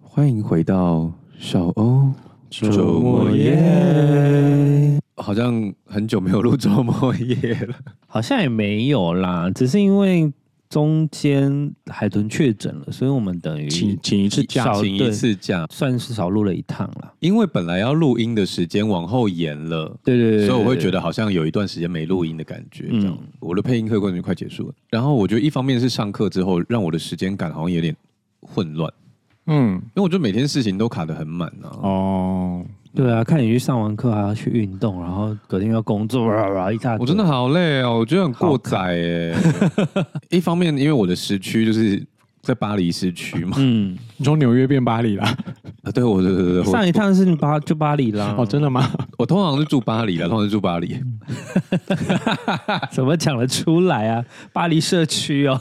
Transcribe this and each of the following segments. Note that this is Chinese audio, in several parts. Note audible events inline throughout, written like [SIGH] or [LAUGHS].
欢迎回到小欧周末夜，好像很久没有录周末夜了。好像也没有啦，只是因为中间海豚确诊了，所以我们等于请请一次假，少请一对次假，算是少录了一趟啦。因为本来要录音的时间往后延了。对对对所以我会觉得得好像有一段时间没录音的感觉，这样。嗯我的配音课关就快结束了，然后我觉得一方面是上课之后让我的时间感好像有点混乱，嗯，因为我觉得每天事情都卡得很满啊。哦，对啊，看你去上完课还要去运动，然后隔天要工作，哇哇哇一大堆我真的好累哦，我觉得很过载哎。一方面，因为我的时区就是在巴黎市区嘛，嗯，你从纽约变巴黎啦？啊，对，我对对对，我上一趟是巴就巴黎啦。哦，真的 [LAUGHS] 吗？我通常是住巴黎啦，通常是住巴黎。怎么讲得出来啊？巴黎社区哦， [LAUGHS]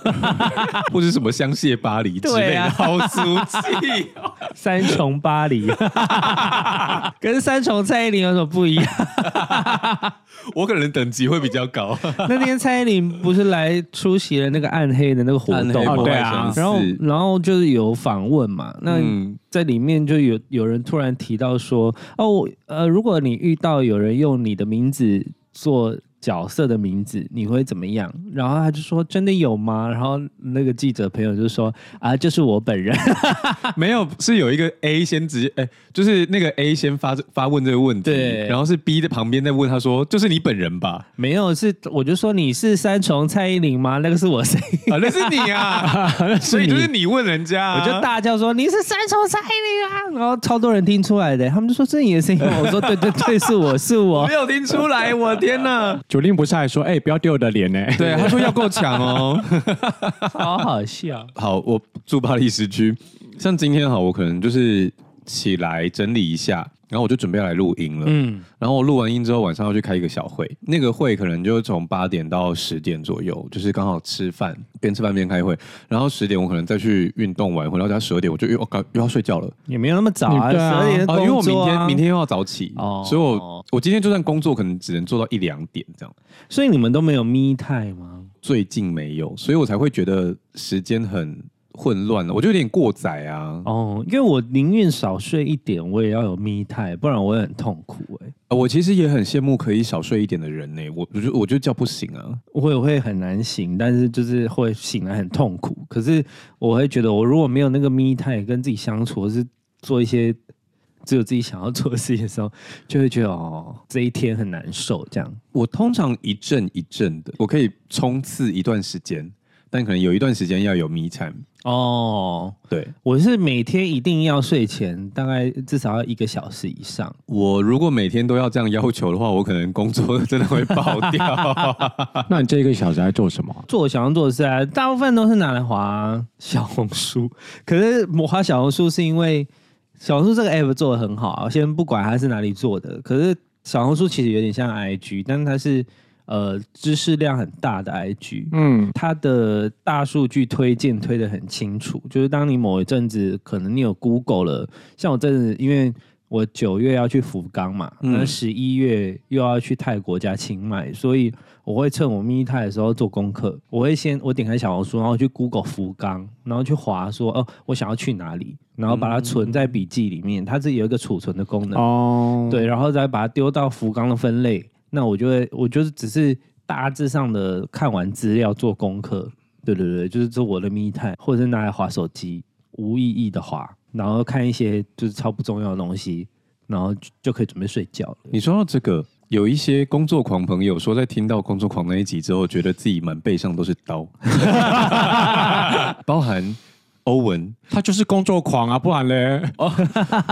[LAUGHS] 或者什么香榭巴黎之类对的，啊好俗气、 [LAUGHS] 哦。三重巴黎， [LAUGHS] 跟三重蔡依林有什么不一样？我可能等级会比较高， [LAUGHS] [LAUGHS] 那天蔡依林不是来出席了那个暗黑的那个活暗黑动吗破对坏啊神然后是，然后就是有访问嘛，那嗯在里面就有有人突然提到说，哦，我呃，如果你遇到有人用你的名字做角色的名字，你会怎么样？然后他就说，真的有吗？然后那个记者朋友就说，啊，就是我本人。 [LAUGHS] 没有是有一个 A 先直接，哎、就是那个 A 先发发问这个问题，对然后是 B 的旁边在问他说，就是你本人吧？没有，是我就说你是三重蔡依林吗？那个是我声 [LAUGHS] 音。啊，那是你啊， [LAUGHS] 所以就是你问人家、啊我就大叫说：“你是三重蔡依林啊！”然后超多人听出来的，他们就说：“这是你的 [LAUGHS] 声音吗？”我说：“对对对，是我是我。没有听出来，我天哪！九令不是还说，哎、不要丢我的脸呢、 [LAUGHS] [LAUGHS] 对，他说要够强哦。” [LAUGHS] [LAUGHS] 好好笑。好，我住巴黎市区，像今天好，我可能就是起来整理一下，然后我就准备要来录音了。嗯，然后我录完音之后，晚上要去开一个小会，那个会可能就从八点到十点左右，就是刚好吃饭，边吃饭边开会。然后十点我可能再去运动完，回到家十二点我就又哦刚又要睡觉了。也没有那么早啊，十你对啊二点的啊，因为我工明作啊天明，天又要早起，哦所以我我今天就算工作，可能只能做到一两点这样。所以你们都没有 me time 吗？最近没有，所以我才会觉得时间很混乱了，我就有点过载啊。哦，因为我宁愿少睡一点，我也要有 me time，不然我也很痛苦哎、呃我其实也很羡慕可以少睡一点的人呢、我我就我就叫不醒啊。我也会很难醒，但是就是会醒来很痛苦。可是我会觉得，我如果没有那个 me time 跟自己相处，或是做一些只有自己想要做的事情的时候，就会觉得哦，这一天很难受。这样，我通常一阵一阵的，我可以冲刺一段时间，但可能有一段时间要有 me time。哦，对我是每天一定要睡前大概至少要一个小时以上。我如果每天都要这样要求的话，我可能工作真的会爆 [LAUGHS] 掉。那你这一个小时在做什么？做我想要做的事啊，大部分都是拿来滑小红书。可是我滑小红书是因为小红书这个 app 做的很好啊，先不管它是哪里做的，可是小红书其实有点像 IG，但是它是呃知识量很大的 IG。嗯，它的大数据推荐推得很清楚，就是当你某一阵子可能你有 Google 了，像我这阵子，因为我九月要去福冈嘛，嗯那十一月又要去泰国加清迈，所以我会趁我密泰的时候做功课，我会先我点开小红书，然后去 Google 福冈，然后去划说哦，我想要去哪里，然后把它存在笔记里面，它是有一个储存的功能。哦，，对，然后再把它丢到福冈的分类。那我就会，我就是只是大致上的看完资料做功课，对对对，就是做我的密探，或者是拿来划手机，无意义的划，然后看一些就是超不重要的东西，然后就就可以准备睡觉了。你说到这个，有一些工作狂朋友说，在听到工作狂那一集之后，觉得自己满背上都是 [LAUGHS] 刀，包含欧 [LAUGHS] 文他就是工作狂啊，不然嘞，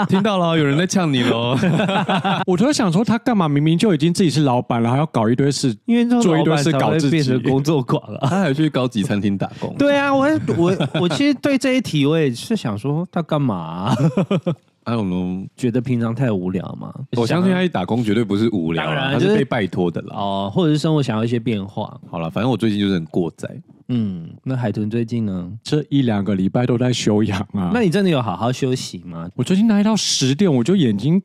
听到了，有人在呛你喽。 [LAUGHS] [LAUGHS] 我就在想说他干嘛？明明就已经自己是老板了，还要搞一堆事。因为这种做一老堆板事才搞会自变己成工作狂啊。他还去高级餐厅打工，对啊，我我我其实对这一题我也是想说他干嘛啊、 [LAUGHS] I don't know。觉得平常太无聊嘛。我相信他去打工绝对不是无聊啊当啦，然他就是是被拜托的啦。哦，或者是生活想要一些变化。好了，反正我最近就是很过载，嗯，那海豚最近呢？这一两个礼拜都在休养啊。那你真的有好好休息吗？我最近待到十点，我就眼睛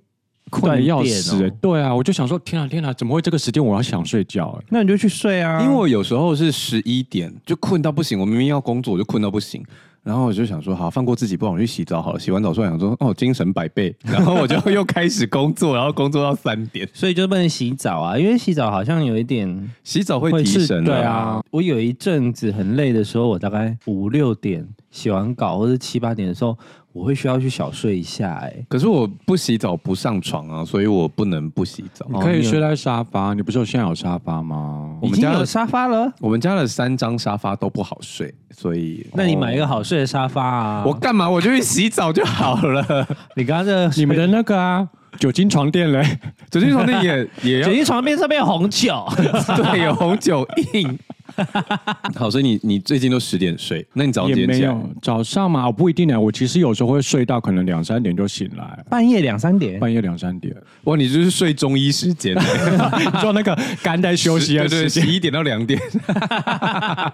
困得要死、断欸电哦对啊，我就想说，天啊天啊，怎么会这个时间我要想睡觉、欸？那你就去睡啊因为我有时候是十一点就困到不行，我明明要工作，我就困到不行，然后我就想说，好，放过自己不好，我去洗澡好了。洗完澡出来想说，哦，精神百倍。然后我就又开始工作， [LAUGHS] 然后工作到三点。所以就不能洗澡啊，因为洗澡好像有一点洗澡会提是神、对啊，我有一阵子很累的时候，我大概五六点写完稿或者七八点的时候，我会需要去小睡一下、哎，可是我不洗澡不上床啊，所以我不能不洗澡。哦嗯你可哦以睡在沙发，你不是有现在有沙发吗？我已们经家哦有沙发了。我们家的三张沙发都不好睡，所以那你买一个好睡的沙发啊！我干嘛？我就去洗澡就好 [LAUGHS] 了。你刚刚这你们的那个啊，酒精床垫嘞，酒精床垫也也要决定床边上面有红酒， [LAUGHS] 对，有红酒印。 [LAUGHS] 好，所以你你最近都十点睡，那你早上几也点没起有来？。早上嘛，我不一定呢。我其实有时候会睡到可能两三点就醒来，半夜两三点，半夜两三点，哇，你就是睡中医时 [LAUGHS] 间，做那个肝在休息的对对，十时间，一点到两 [LAUGHS] 点。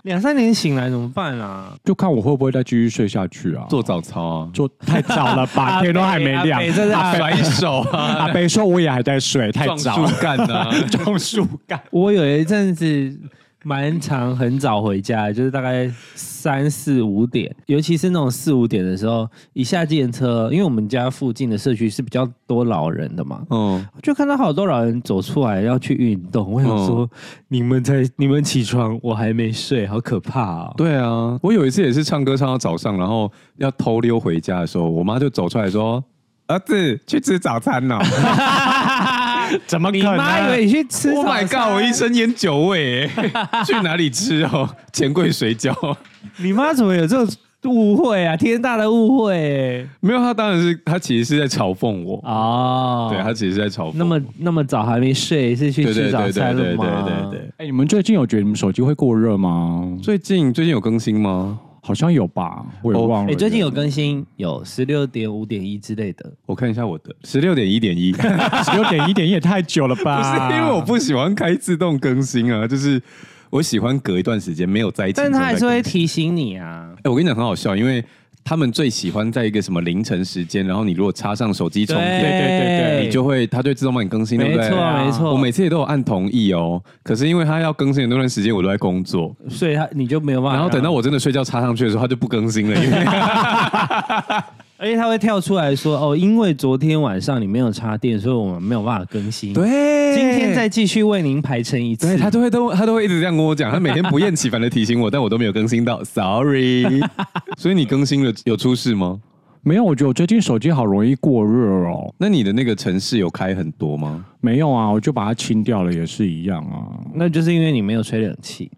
两三点醒来怎么办啊？就看我会不会再继续睡下去啊。做早操啊，做太早了吧，阿天都还没北亮阿北。真的阿 [LAUGHS] 北甩手啊，阿北说我也还在睡，太撞早树了。干 [LAUGHS] 啊，种树干，我有一阵子蛮长，很早回家，就是大概三四五点，尤其是那种四五点的时候，一下计程车，因为我们家附近的社区是比较多老人的嘛，嗯，就看到好多老人走出来要去运动。我想说，你们才你们起床，我还没睡，好可怕哦！对啊，我有一次也是唱歌唱到早上，然后要偷溜回家的时候，我妈就走出来说：“儿子，去 [LAUGHS] 吃早餐哦了。怎么可你妈以能？为你去吃 ”Oh my 早餐 god！我一身烟酒味 [LAUGHS] 欸，去哪里吃哦？钱柜水饺。 [LAUGHS] 你妈怎么有这种误会啊？天大的 [LAUGHS] 误会欸、没有，他当然是他其实是在嘲讽我，哦，对他其实是在嘲讽。那么那么早还没睡，是去对吃对早对对餐了对对吗？对对。哎，你们最近有觉得你们手机会过热吗？最近最近有更新吗？好像有吧，我也哦忘哎、了。最近有更新，有十六点五点一之类的。我看一下我的十六点一点 [LAUGHS] 一，不 [LAUGHS] 是十六点一点也太久了吧？因为我不喜欢开自动更新啊，就是我喜欢隔一段时间没有在一起，但他还是哎会、提醒你啊，我跟你讲很好笑，因为他们最喜欢在一个什么凌晨时间，然后你如果插上手机充对电，对你就会它就会自动帮你更新，对没不对？错啊没错。我每次也都有按同意哦，可是因为他要更新的那段时间我都在工作，所以他你就没有办法。然后等到，我真的睡觉插上去的时候，他就不更新了，因 [LAUGHS] 为而且他会跳出来说：“哦，因为昨天晚上你没有插电，所以我们没有办法更新。，对今天再继续为您排成一次。”对他都会都他都会一直这样跟我讲，他每天不厌其烦的提醒我，但我都没有更新到，sorry。所以 [LAUGHS] 你更新了有出事吗？没有，我觉得我最近手机好容易过热哦。那你的那个城市有开很多 [LAUGHS] 吗？没有啊，我就把它清掉了，也是一样啊。那就是因为你没有吹冷气。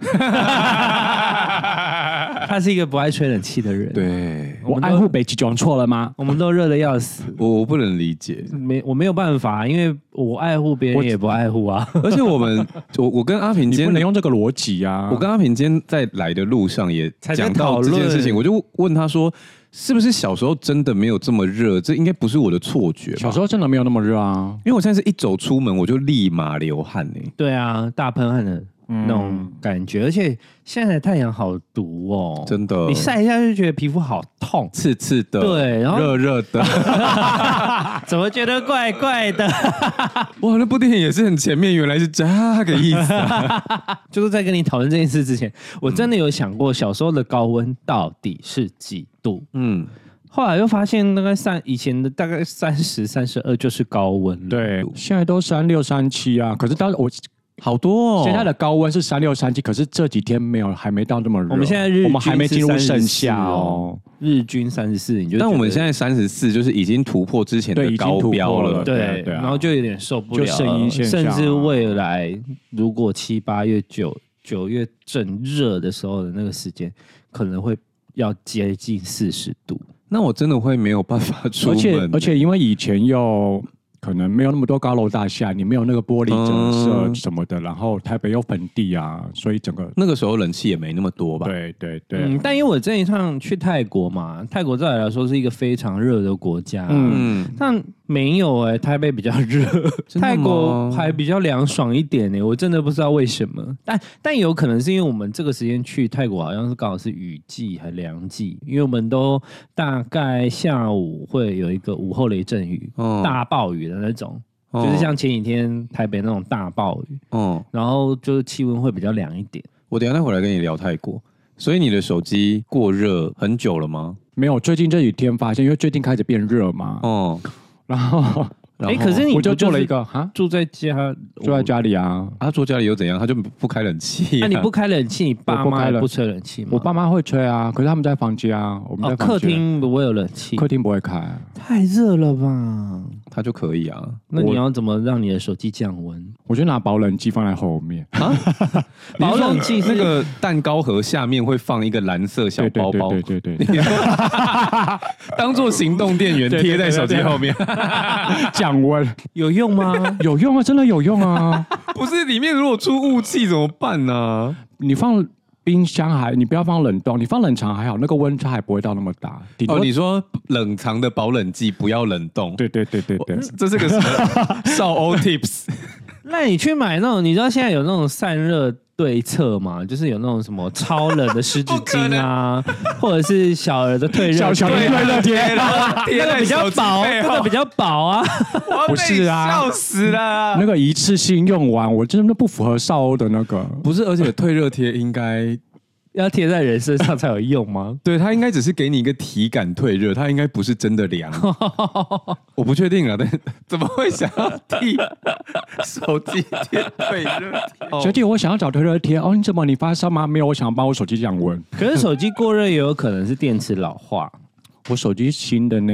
他是一个不爱吹冷气的人。，对我爱护北极熊错了吗？我们都热的要死。我我不能理解，没，我没有办法，因为我爱护别人也不爱护啊。而且我们我我跟阿平你今不天能用这个逻辑啊！我跟阿平今天在来的路上也才在讲到讨这论件事情，我就问他说，是不是小时候真的没有这么热？这应该不是我的错觉小吧？时候真的没有那么热啊。因为我现在是一走出门我就立马流汗欸呢、对啊，大喷汗的嗯那种感觉，而且现在的太阳好毒哦，真的你晒一下就觉得皮肤好痛，刺刺的，对然后热热的。怎么觉得怪怪的？ [LAUGHS] [LAUGHS] 哇，那部电影也是很前面，原来是这个意思、啊。就是在跟你讨论这件事之前，嗯我真的有想过小时候的高温到底是几度，嗯，后来又发现大概三以前的大概三十三十二就是高温了。对，现在都三六三七啊，可是当我哎好多哦。现在的高温是三六三七，可是这几天没有，还没到那么热。我们现在日我们还没进入均是盛34夏哦。日均三十四，你就但我们现在在三十四，就是已经突破之前对的已经高突破标了对啊对，对啊然后就有点受不了了，就圣婴现象甚啊至未来如果七八月九九月正热的时候的那个时间，可能会要接近四十度。那我真的会没有办法哦出而门且而且因为以前又可能没有那么多高楼大厦，你没有那个玻璃折射嗯什么的，然后台北又盆地啊，所以整个那个时候冷气也没那么多吧？，对对啊嗯对，，但因为我这一趟去泰国嘛，泰国照理来说是一个非常热的国家，嗯，嗯，但没有哎、台北比较 [LAUGHS] 热，真的吗泰国还比较凉爽一点呢、我真的不知道为什么，但但有可能是因为我们这个时间去泰国好像是刚好是雨季还凉季，因为我们都大概下午会有一个午后雷阵雨，哦大暴雨的那种，哦就是像前几天台北那种大暴雨，哦，然后就是气温会比较凉一点。我等一下再回来跟你聊泰国。所以你的手机过热很久了吗？没有，最近这几天发现，因为最近开始变热嘛，哦，然后然哎后可是你我就不就做了是一个哈，住在家，住在家里啊。他住家里又怎样？他就不开冷气、啊那你不开冷气，你爸我不妈开也冷不吹冷气吗？我爸妈会吹啊，可是他们在房间啊，我们哦，在房客间、厅不会有冷气，客厅不会开，太热了吧？ [LAUGHS] 他就可以啊？那你我要怎么让你的手机降温？我就拿保冷机放在后面。保冷器你是是说那个蛋糕盒下面会放一个蓝色小对对包包，对对对对， [LAUGHS] 当做行动电源贴在手机后面。降温？有用吗有用啊，真的有用啊！ [LAUGHS] 不是里面如果出雾气怎么办呢、你放冰箱还，你不要放冷冻，你放冷藏还好，那个温差还不会到那么大，顶多、哦，你说冷藏的保冷剂不要冷冻，对对对对对，这是个 [LAUGHS] 什么少欧 tips。那你去买那种，你知道现在有那种散热对策吗？就是有那种什么超冷的湿纸不可 [LAUGHS] 巾啊，或者是小儿的退热小小的贴退热贴然后贴在比较手机薄，背那后个比较薄 [LAUGHS] 啊。我要被不是啊笑死了那。个一次性用完，我真的不符合少欧的那个。不是，而且退热贴应该，要贴在人身上才有用吗？对它应该只是给你一个体感退热，它应该不是真的 [LAUGHS] 凉。我不确定啊，但是怎么会想要替手机贴退热贴？小姐，我想要找退热贴哦，你怎么你发烧吗？没有，我想帮我手机降温。可是手机过热也有可能是电池老化，我手机新的呢，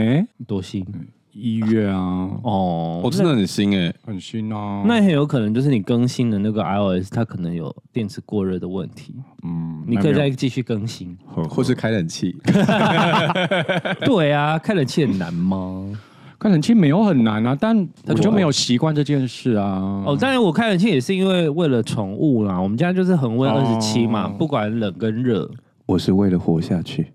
多心一月啊，哦。 [LAUGHS] 我真的很新哎、很新啊。那很有可能就是你更新的那个 iOS，它可能有电池过热的问题，嗯，你可以再继续更新。或是开冷气， [LAUGHS] 对啊，开冷气很难吗？看冷气没有很难啊，但它我就就没有习惯这件事啊。 [LAUGHS] 哦，当然我开冷气也是因为为了宠物啦，我们家就是恒温哦二十七嘛，不管冷跟热。 [LAUGHS] 我是为了活下 [LAUGHS] 去。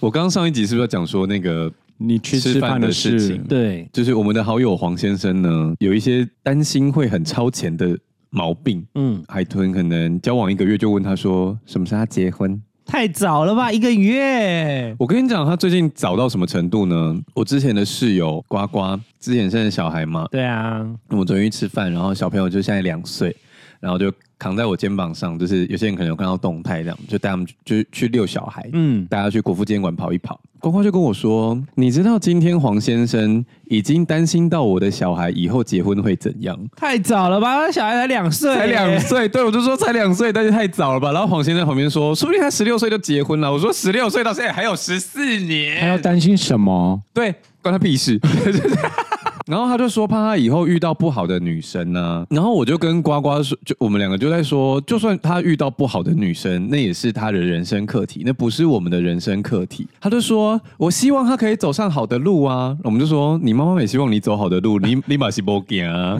我刚刚上一集是不是要讲说那个你去吃饭的吃饭的事事情对，就是我们的好友黄先生呢，有一些担心会很超前的毛病。嗯，海豚可能交往一个月就问他说什么时候他结婚。太早了吧，一个月。我跟你讲，他最近早到什么程度呢？我之前的室友呱呱，之前生的小孩嘛，对啊，我们昨天去吃饭，然后小朋友就现在两岁，然后就扛在我肩膀上，就是有些人可能有看到动态这样，就带他们去就是去遛小孩。嗯，大家去国父纪念馆跑一跑。呱呱就跟我说：“你知道今天黄先生已经担心到我的小孩以后结婚会怎样？太早了吧，小孩才两岁，才两。岁，对我就说才两岁，但是太早了吧。”然后黄先生在旁边说：“说不定他十六岁就结婚了。”我说：“十六岁到现在还有十四他要年，担心什么？对，关他屁事。” [LAUGHS] 然后他就说怕他以后遇到不好的女生呢、然后我就跟呱呱说，就我们两个就在说，就算他遇到不好的女生，那也是他的人生课题，那不是我们的人生课题。他就说，我希望他可以走上好的路啊。我们就说，你妈妈也希望你走好的路，你你马西波行啊，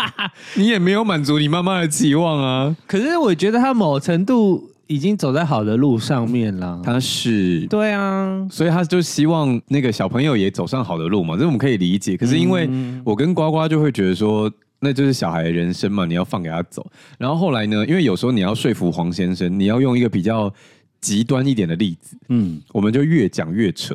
[LAUGHS] 你也没有满足你妈妈的期望啊。可是我觉得他某程度已经走在好的路上面啦。他是。对啊，所以他就希望那个小朋友也走上好的路嘛，这我们可以理解。可是因为我跟呱呱就会觉得说，那就是小孩的人生嘛，你要放给他走。然后后来呢，因为有时候你要说服黄先生，你要用一个比较极端一点的例子，嗯，我们就越讲越扯。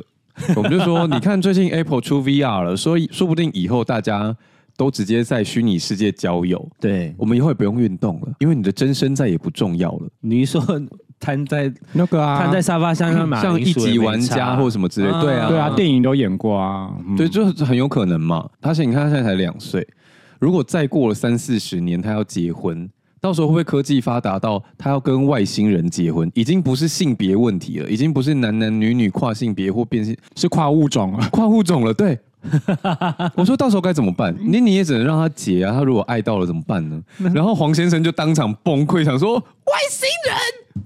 我们就说，你看最近 Apple 出 VR 了，所以说不定以后大家都直接在虚拟世界交友，对，我们以后也不用运动了，因为你的真身再也不重要了。你一说摊在那个啊，摊在沙发上马像一级玩家或什么之类，对啊，对啊，电影都演过啊，嗯对，就是很有可能嘛。而且你看他现在才两岁，如果再过了三四十年，他要结婚，到时候会不会科技发达到他要跟外星人结婚，已经不是性别问题了，已经不是男男女女跨性别或变性是跨物 [LAUGHS] 种啊。跨物种了？对。我说到时候该怎么办？你你也只能让他结啊，他如果爱到了怎么办呢？ [LAUGHS] 然后黄先生就当场崩溃，想说外星人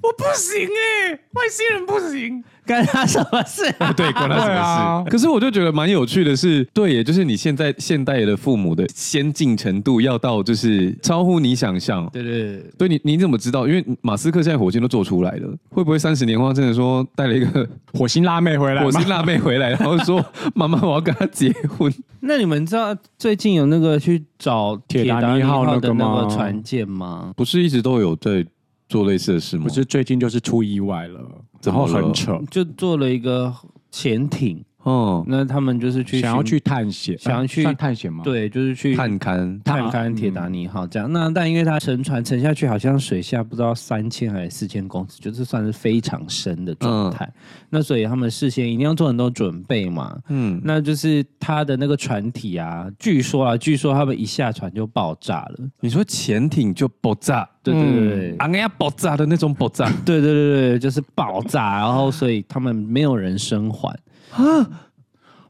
我不行哎、外星人不行。干他什么事、啊？对，关他什么对事？啊 [LAUGHS] 可是我就觉得蛮有趣的是，对耶，也就是你现在现代的父母的先进程度，要到就是超乎你想象。对对对，对你，你怎么知道？因为马斯克现在火箭都做出来了，会不会三十年后真的说带了一个火星辣妹回来吗，火星辣妹回来，然后说 [LAUGHS] 妈妈我要跟她结婚？那你们知道最近有那个去找铁达尼号的那个那吗个船舰吗？不是一直都有在做类似的事吗？不是最近就是出意外了，怎然么后了很扯，就做了一个潜艇，哦，那他们就是去想要寻去探险，想要去算探险吗？，对，就是去探勘，探勘嗯铁达尼号这样。那但因为它沉船沉下去，好像水下不知道三千还是四千公尺，就是算是非常深的嗯状态。那所以他们事先一定要做很多准备嘛。嗯，那就是它的那个船体啊，据说啊，据说他们一下船就爆炸了。你说潜艇就爆炸，对对对对昂呀爆炸的那种爆炸对对对对，就是爆炸，然后所以他们没有人生还，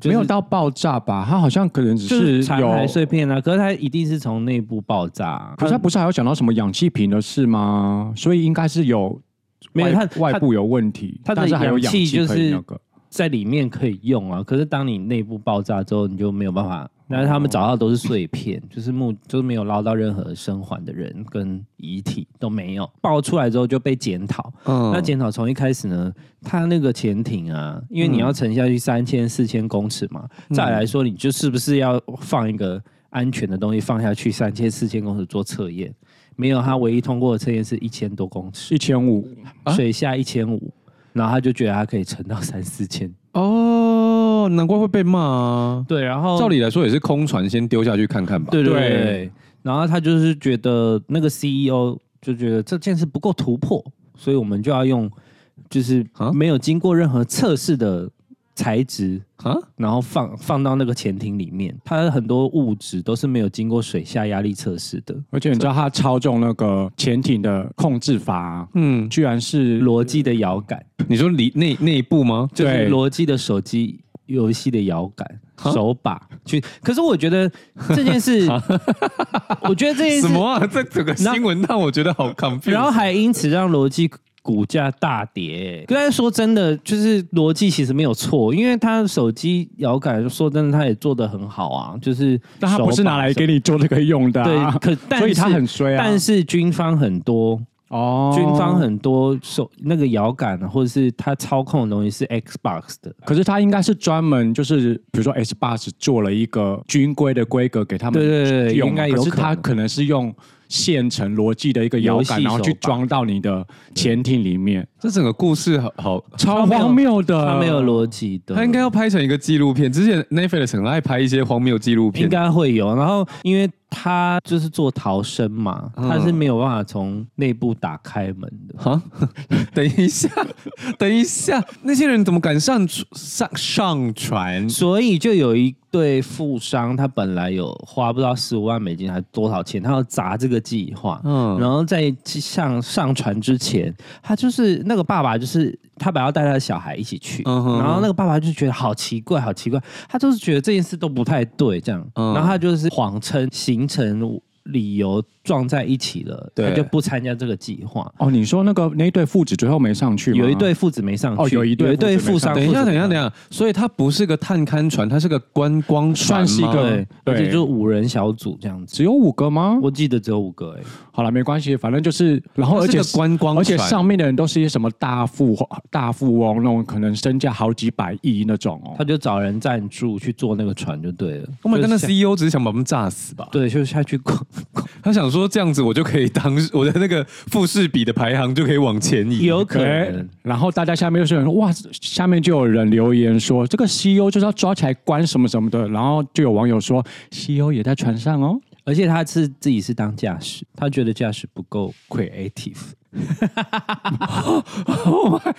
没有到爆炸吧？它好像可能只就是残有，骸碎片啊。可是它一定是从内部爆炸啊、可是它不是还有讲到什么氧气瓶的事吗？所以应该是有没有外它它外部有问题，它的但是还有氧氧气气可就是以那个。在里面可以用啊，可是当你内部爆炸之后，你就没有办法。但是他们找到的都是碎片，就是目就是没有捞到任何生还的人跟遗体都没有。爆出来之后就被检讨，嗯那检讨从一开始呢，它那个潜艇啊，因为你要沉下去三千四千公尺嘛，再来说你就是不是要放一个安全的东西放下去三千四千公尺做测验？没有，它唯一通过的测验是一千多公尺，一千五，水下一千五，然后他就觉得他可以沉到三四千。哦，难怪会被骂啊。对，然后照理来说也是空船先丢下去看看吧。哦对对对对对，然后他就是觉得那个 CEO 就觉得这件事不够突破，所以我们就要用就是啊没有经过任何测试的材质啊，然后放放到那个潜艇里面，它的很多物质都是没有经过水下压力测试的。而且你知道它操纵那个潜艇的控制阀、嗯，居然是逻辑的摇杆，你说里内内部吗？就对是逻辑的手机游戏的摇杆手把去。可是我觉得这件 [LAUGHS] 事， [LAUGHS] 我觉得这件事什么啊？这整个新闻让我觉得好 confused。然后还因此让逻辑股价大跌。但是说真的，就是逻辑其实没有错，因为它手机摇杆，说真的，它也做得很好啊，就是但它不是手把拿来给你做这个用的、对啊，，可但所以它是很衰啊。但是军方很多，哦，军方很多手那个摇杆啊或者是它操控的东西是 Xbox 的，可是他应该是专门就是，比如说 S bus 做了一个军规的规格给他们对对对用应嘛该有可是可他能可能是用现成逻辑的一个摇游杆，戏然后去手把装到你的潜艇里面，这整个故事好好，超它没有荒谬的。它没有逻辑的，他应该要拍成一个纪录片。之前 Netflix 很爱拍一些荒谬纪录应片，该会有。然后因为它就是做逃生嘛，嗯它是没有办法从内部打开门的。啊， [LAUGHS] 等一下，等一下，那些人怎么敢上上上船？所以就有一对富商，他本来有花不知道十五万美金还多少钱，他要砸这个计划，嗯然后在上上船之前，他就是那个爸爸，就是他本来要带他的小孩一起去，嗯哼然后那个爸爸就觉得好奇怪，好奇怪，他就是觉得这件事都不太对，这样，嗯然后他就是谎称行程理由撞在一起了，对他就不参加这个计划。哦，你说那个那一对父子最后没上去吗？有一对父子没上去，哦有一对有一对父子没等一富商，上下，等一下，等一下，所以它不是个探勘船，它是个观光船吗，算是一个对，对而且就是五人小组这样子。只有五个吗？我记得只有五个哎、好了，没关系，反正就是，然后它哦而是且个观光船，而且上面的人都是一些什么大富大富翁那种，可能身价好几百亿那种哦他。就找人赞助去坐那个船就对了。我们跟那就是下 CEO 只是想把我们炸死吧？对，就下去逛。他想说这样子我就可以当我的那个富士比的排行就可以往前移。有 [LAUGHS] 可能对，哎然后大家下面就是有人说哇，下面就有人留言说这个 CEO 就是要抓起来关什么什么的，然后就有网友说 CEO 也在船上哦，而且他是自己是当驾驶，他觉得驾驶不够 creative。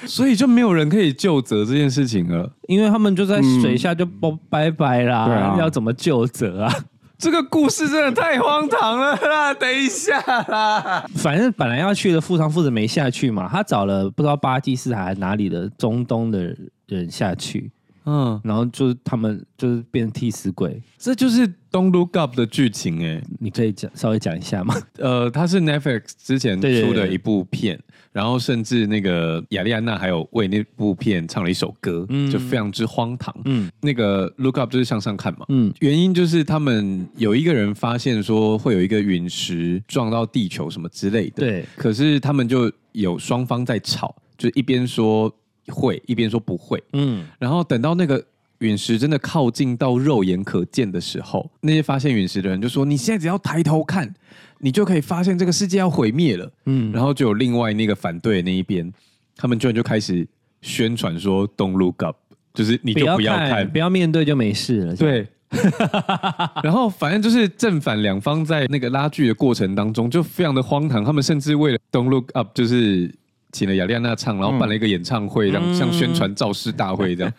所以就没有人可以就责这件事情了。因为他们就在水下就不拜拜啦，对啊要怎么救责啊？ [LAUGHS] 这个故事真的太荒唐了啦！等一下啦，反正本来要去的富商父子没下去嘛，他找了不知道巴基斯坦还是哪里的中东的人下去，嗯，然后就是他们就是变替死鬼。这就是《Don't Look Up》的剧情哎、你可以讲稍微讲一下吗？呃，它是 Netflix 之前对对对出的一部片，然后甚至那个雅丽安娜还有为那部片唱了一首歌，就非常之荒唐。嗯那个 Look Up 就是向上看嘛，嗯原因就是他们有一个人发现说会有一个陨石撞到地球什么之类的，对可是他们就有双方在吵，就一边说会，一边说不会。嗯，然后等到那个陨石真的靠近到肉眼可见的时候，那些发现陨石的人就说：“你现在只要抬头看，你就可以发现这个世界要毁灭了。”嗯，然后就有另外那个反对的那一边，他们居然就开始宣传说 “Don't look up”。就是你就 [LAUGHS] 不不要看，看不。要面对就没事了。对。然后反正就是正反两方在那个拉锯的过程当中，就非常的荒唐。他们甚至为了《Don't Look Up》，就是请了雅丽安娜唱，然后办了一个演唱会，这样、像宣传造势大会这样。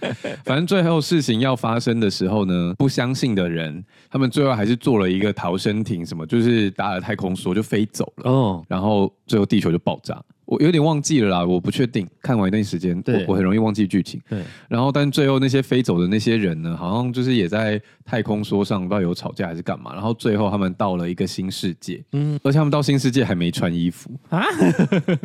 反正最后事情要发生的时候呢，不相信的人，他们最后还是做了一个逃生艇，什么就是打了太空梭就飞走了。哦，然后最后地球就爆炸。我有点忘记了啦，我不确定。看完一段时间，对我我很容易忘记剧情。对，然后，但最后那些飞走的那些人呢，好像就是也在太空梭上，不知道有吵架还是干嘛。然后最后他们到了一个新世界，嗯而且他们到新世界还没穿衣服啊 [LAUGHS] 啊，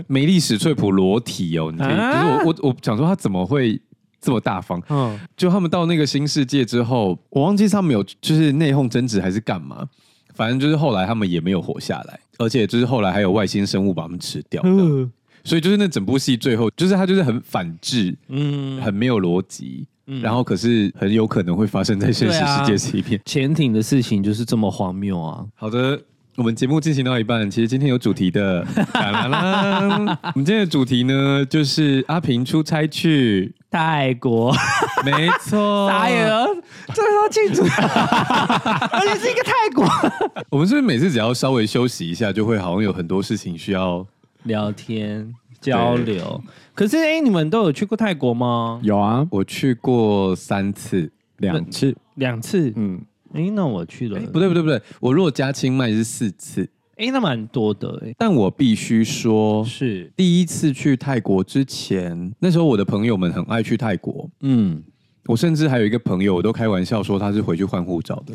梅丽史翠普裸体哦，你可以，啊就是我我我想说他怎么会这么大方？嗯，就他们到那个新世界之后，我忘记是他们有就是内讧争执还是干嘛，反正就是后来他们也没有活下来，而且就是后来还有外星生物把他们吃掉，嗯所以就是那整部戏最后就是他就是很反制，嗯，很没有逻辑，然后可是很有可能会发生在现实啊世界这一边。潜艇的事情就是这么荒谬啊！好的。我们节目进行到一半，其实今天有主题的，啦啦 [LAUGHS] 啦我们今天的主题呢，就是阿平出差去，泰国，没错， [LAUGHS] 傻眼了，这是要庆 [LAUGHS] 祝，而且是一个泰国我们是不是每次只要稍微休息一下，就会好像有很多事情需要？聊天交流。可是哎、你们都有去过泰国吗？有啊，我去过三次，两次，两次。嗯，哎、那我去了，哎不对不对不对，我如果加清迈是四次，哎、那蛮多的哎、但我必须说，是，第一次去泰国之前，那时候我的朋友们很爱去泰国，嗯，我甚至还有一个朋友，我都开玩笑说他是回去换护照 [LAUGHS] 的。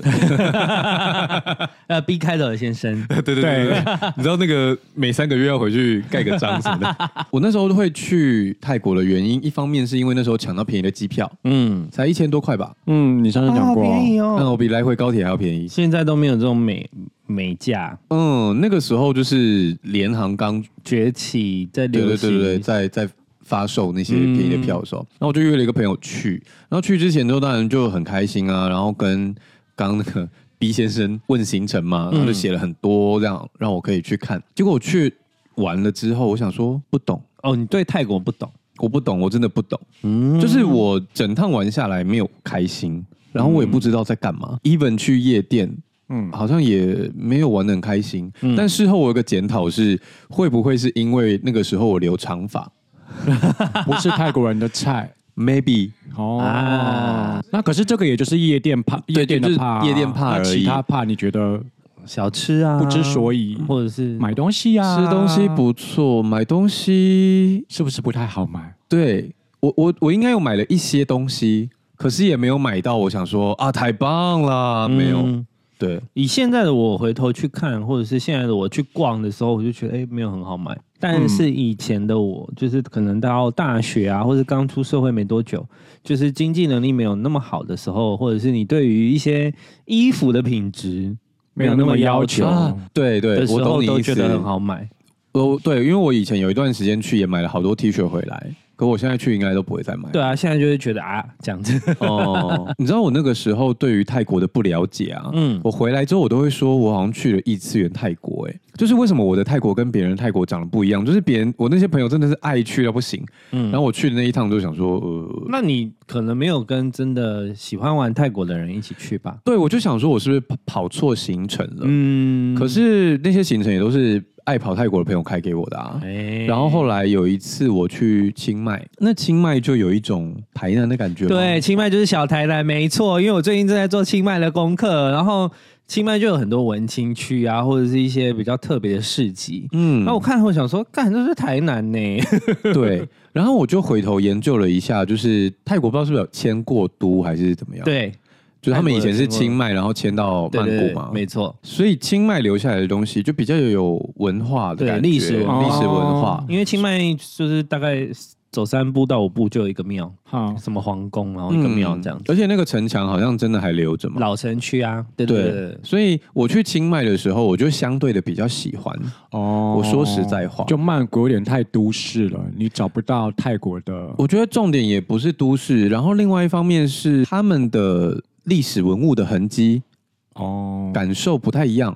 呃，B 开头的先生，对对对对，对你知道那个每三个月要回去盖个章什么 [LAUGHS] 的。我那时候会去泰国的原因，一方面是因为那时候抢到便宜的机票，嗯，才一千多块吧，嗯，你上次讲过，哦哦那我比来回高铁还要便宜。现在都没有这种美美价嗯，那个时候就是联航刚崛起在对流对行，对对对，在在发售那些便宜的票的时候，然后我就约了一个朋友去，然后去之前之后当然就很开心啊，然后跟刚刚那个 B 先生问行程嘛，然后就写了很多这样让我可以去看，结果我去完了之后，我想说不懂，哦，你对泰国不懂，我不懂，我真的不懂，嗯，就是我整趟玩下来没有开心，然后我也不知道在干嘛、e 嗯 v e n 去夜店。嗯，好像也没有玩的很开心，嗯但事后我有个检讨是，会不会是因为那个时候我留长发不是泰国人的 [LAUGHS] 菜？Maybe 哦。啊那可是这个也就是夜店怕，夜店就的是怕啊，夜店怕那而已其他怕你觉得小吃啊，不知所以，或者是买东西啊，嗯吃东西不错，买东西是不是不太好买？对我我我应该有买了一些东西，可是也没有买到。我想说啊，太棒啦，没有、嗯对，以现在的我回头去看，或者是现在的我去逛的时候，我就觉得哎、诶没有很好买。但嗯是以前的我，就是可能到大学啊，或者刚出社会没多久，就是经济能力没有那么好的时候，或者是你对于一些衣服的品质没有那么要求没有那么啊要对对，的时我候，懂你都意觉思。得很好买。我呃对，因为我以前有一段时间去也买了好多 T 恤回来，可我现在去应该都不会再买。对啊，现在就会觉得啊，这样子， [LAUGHS] 哦， [LAUGHS] 你知道我那个时候对于泰国的不了解啊，嗯，我回来之后，我都会说，我好像去了异次元泰国、欸，就是为什么我的泰国跟别人的泰国长得不一样？就是别人，我那些朋友真的是爱去到不行，嗯然后我去的那一趟就想说，呃，那你可能没有跟真的喜欢玩泰国的人一起去吧？对我就想说我是不是跑跑错行程了？嗯可是那些行程也都是爱跑泰国的朋友开给我的啊。哎然后后来有一次我去清迈，那清迈就有一种台南的感觉，对，，清迈就是小台南，没错。因为我最近正在做清迈的功课，然后清迈就有很多文青区啊，或者是一些比较特别的市集。嗯那、我看后想说，干，这是台南呢、对。然后我就回头研究了一下，就是泰国不知道是不是有迁过都还是怎么样， [LAUGHS] 对，就是他们以前是清迈，然后迁到对曼对谷对嘛，没错。所以清迈留下来的东西就比较有文化的对感觉，历史文化历史文化。因为清迈就是大概走三步到五步就有一个庙，好，什么皇宫，然后一个庙这样子。嗯而且那个城墙好像真的还留着嘛。哦老城区啊，对对对对，所以我去清迈的时候，我就相对的比较喜欢。哦我说实在话就曼谷有点太都市了，你找不到泰国的我觉得重点也不是都市，然后另外一方面是他们的历史文物的痕迹哦，感受不太一样。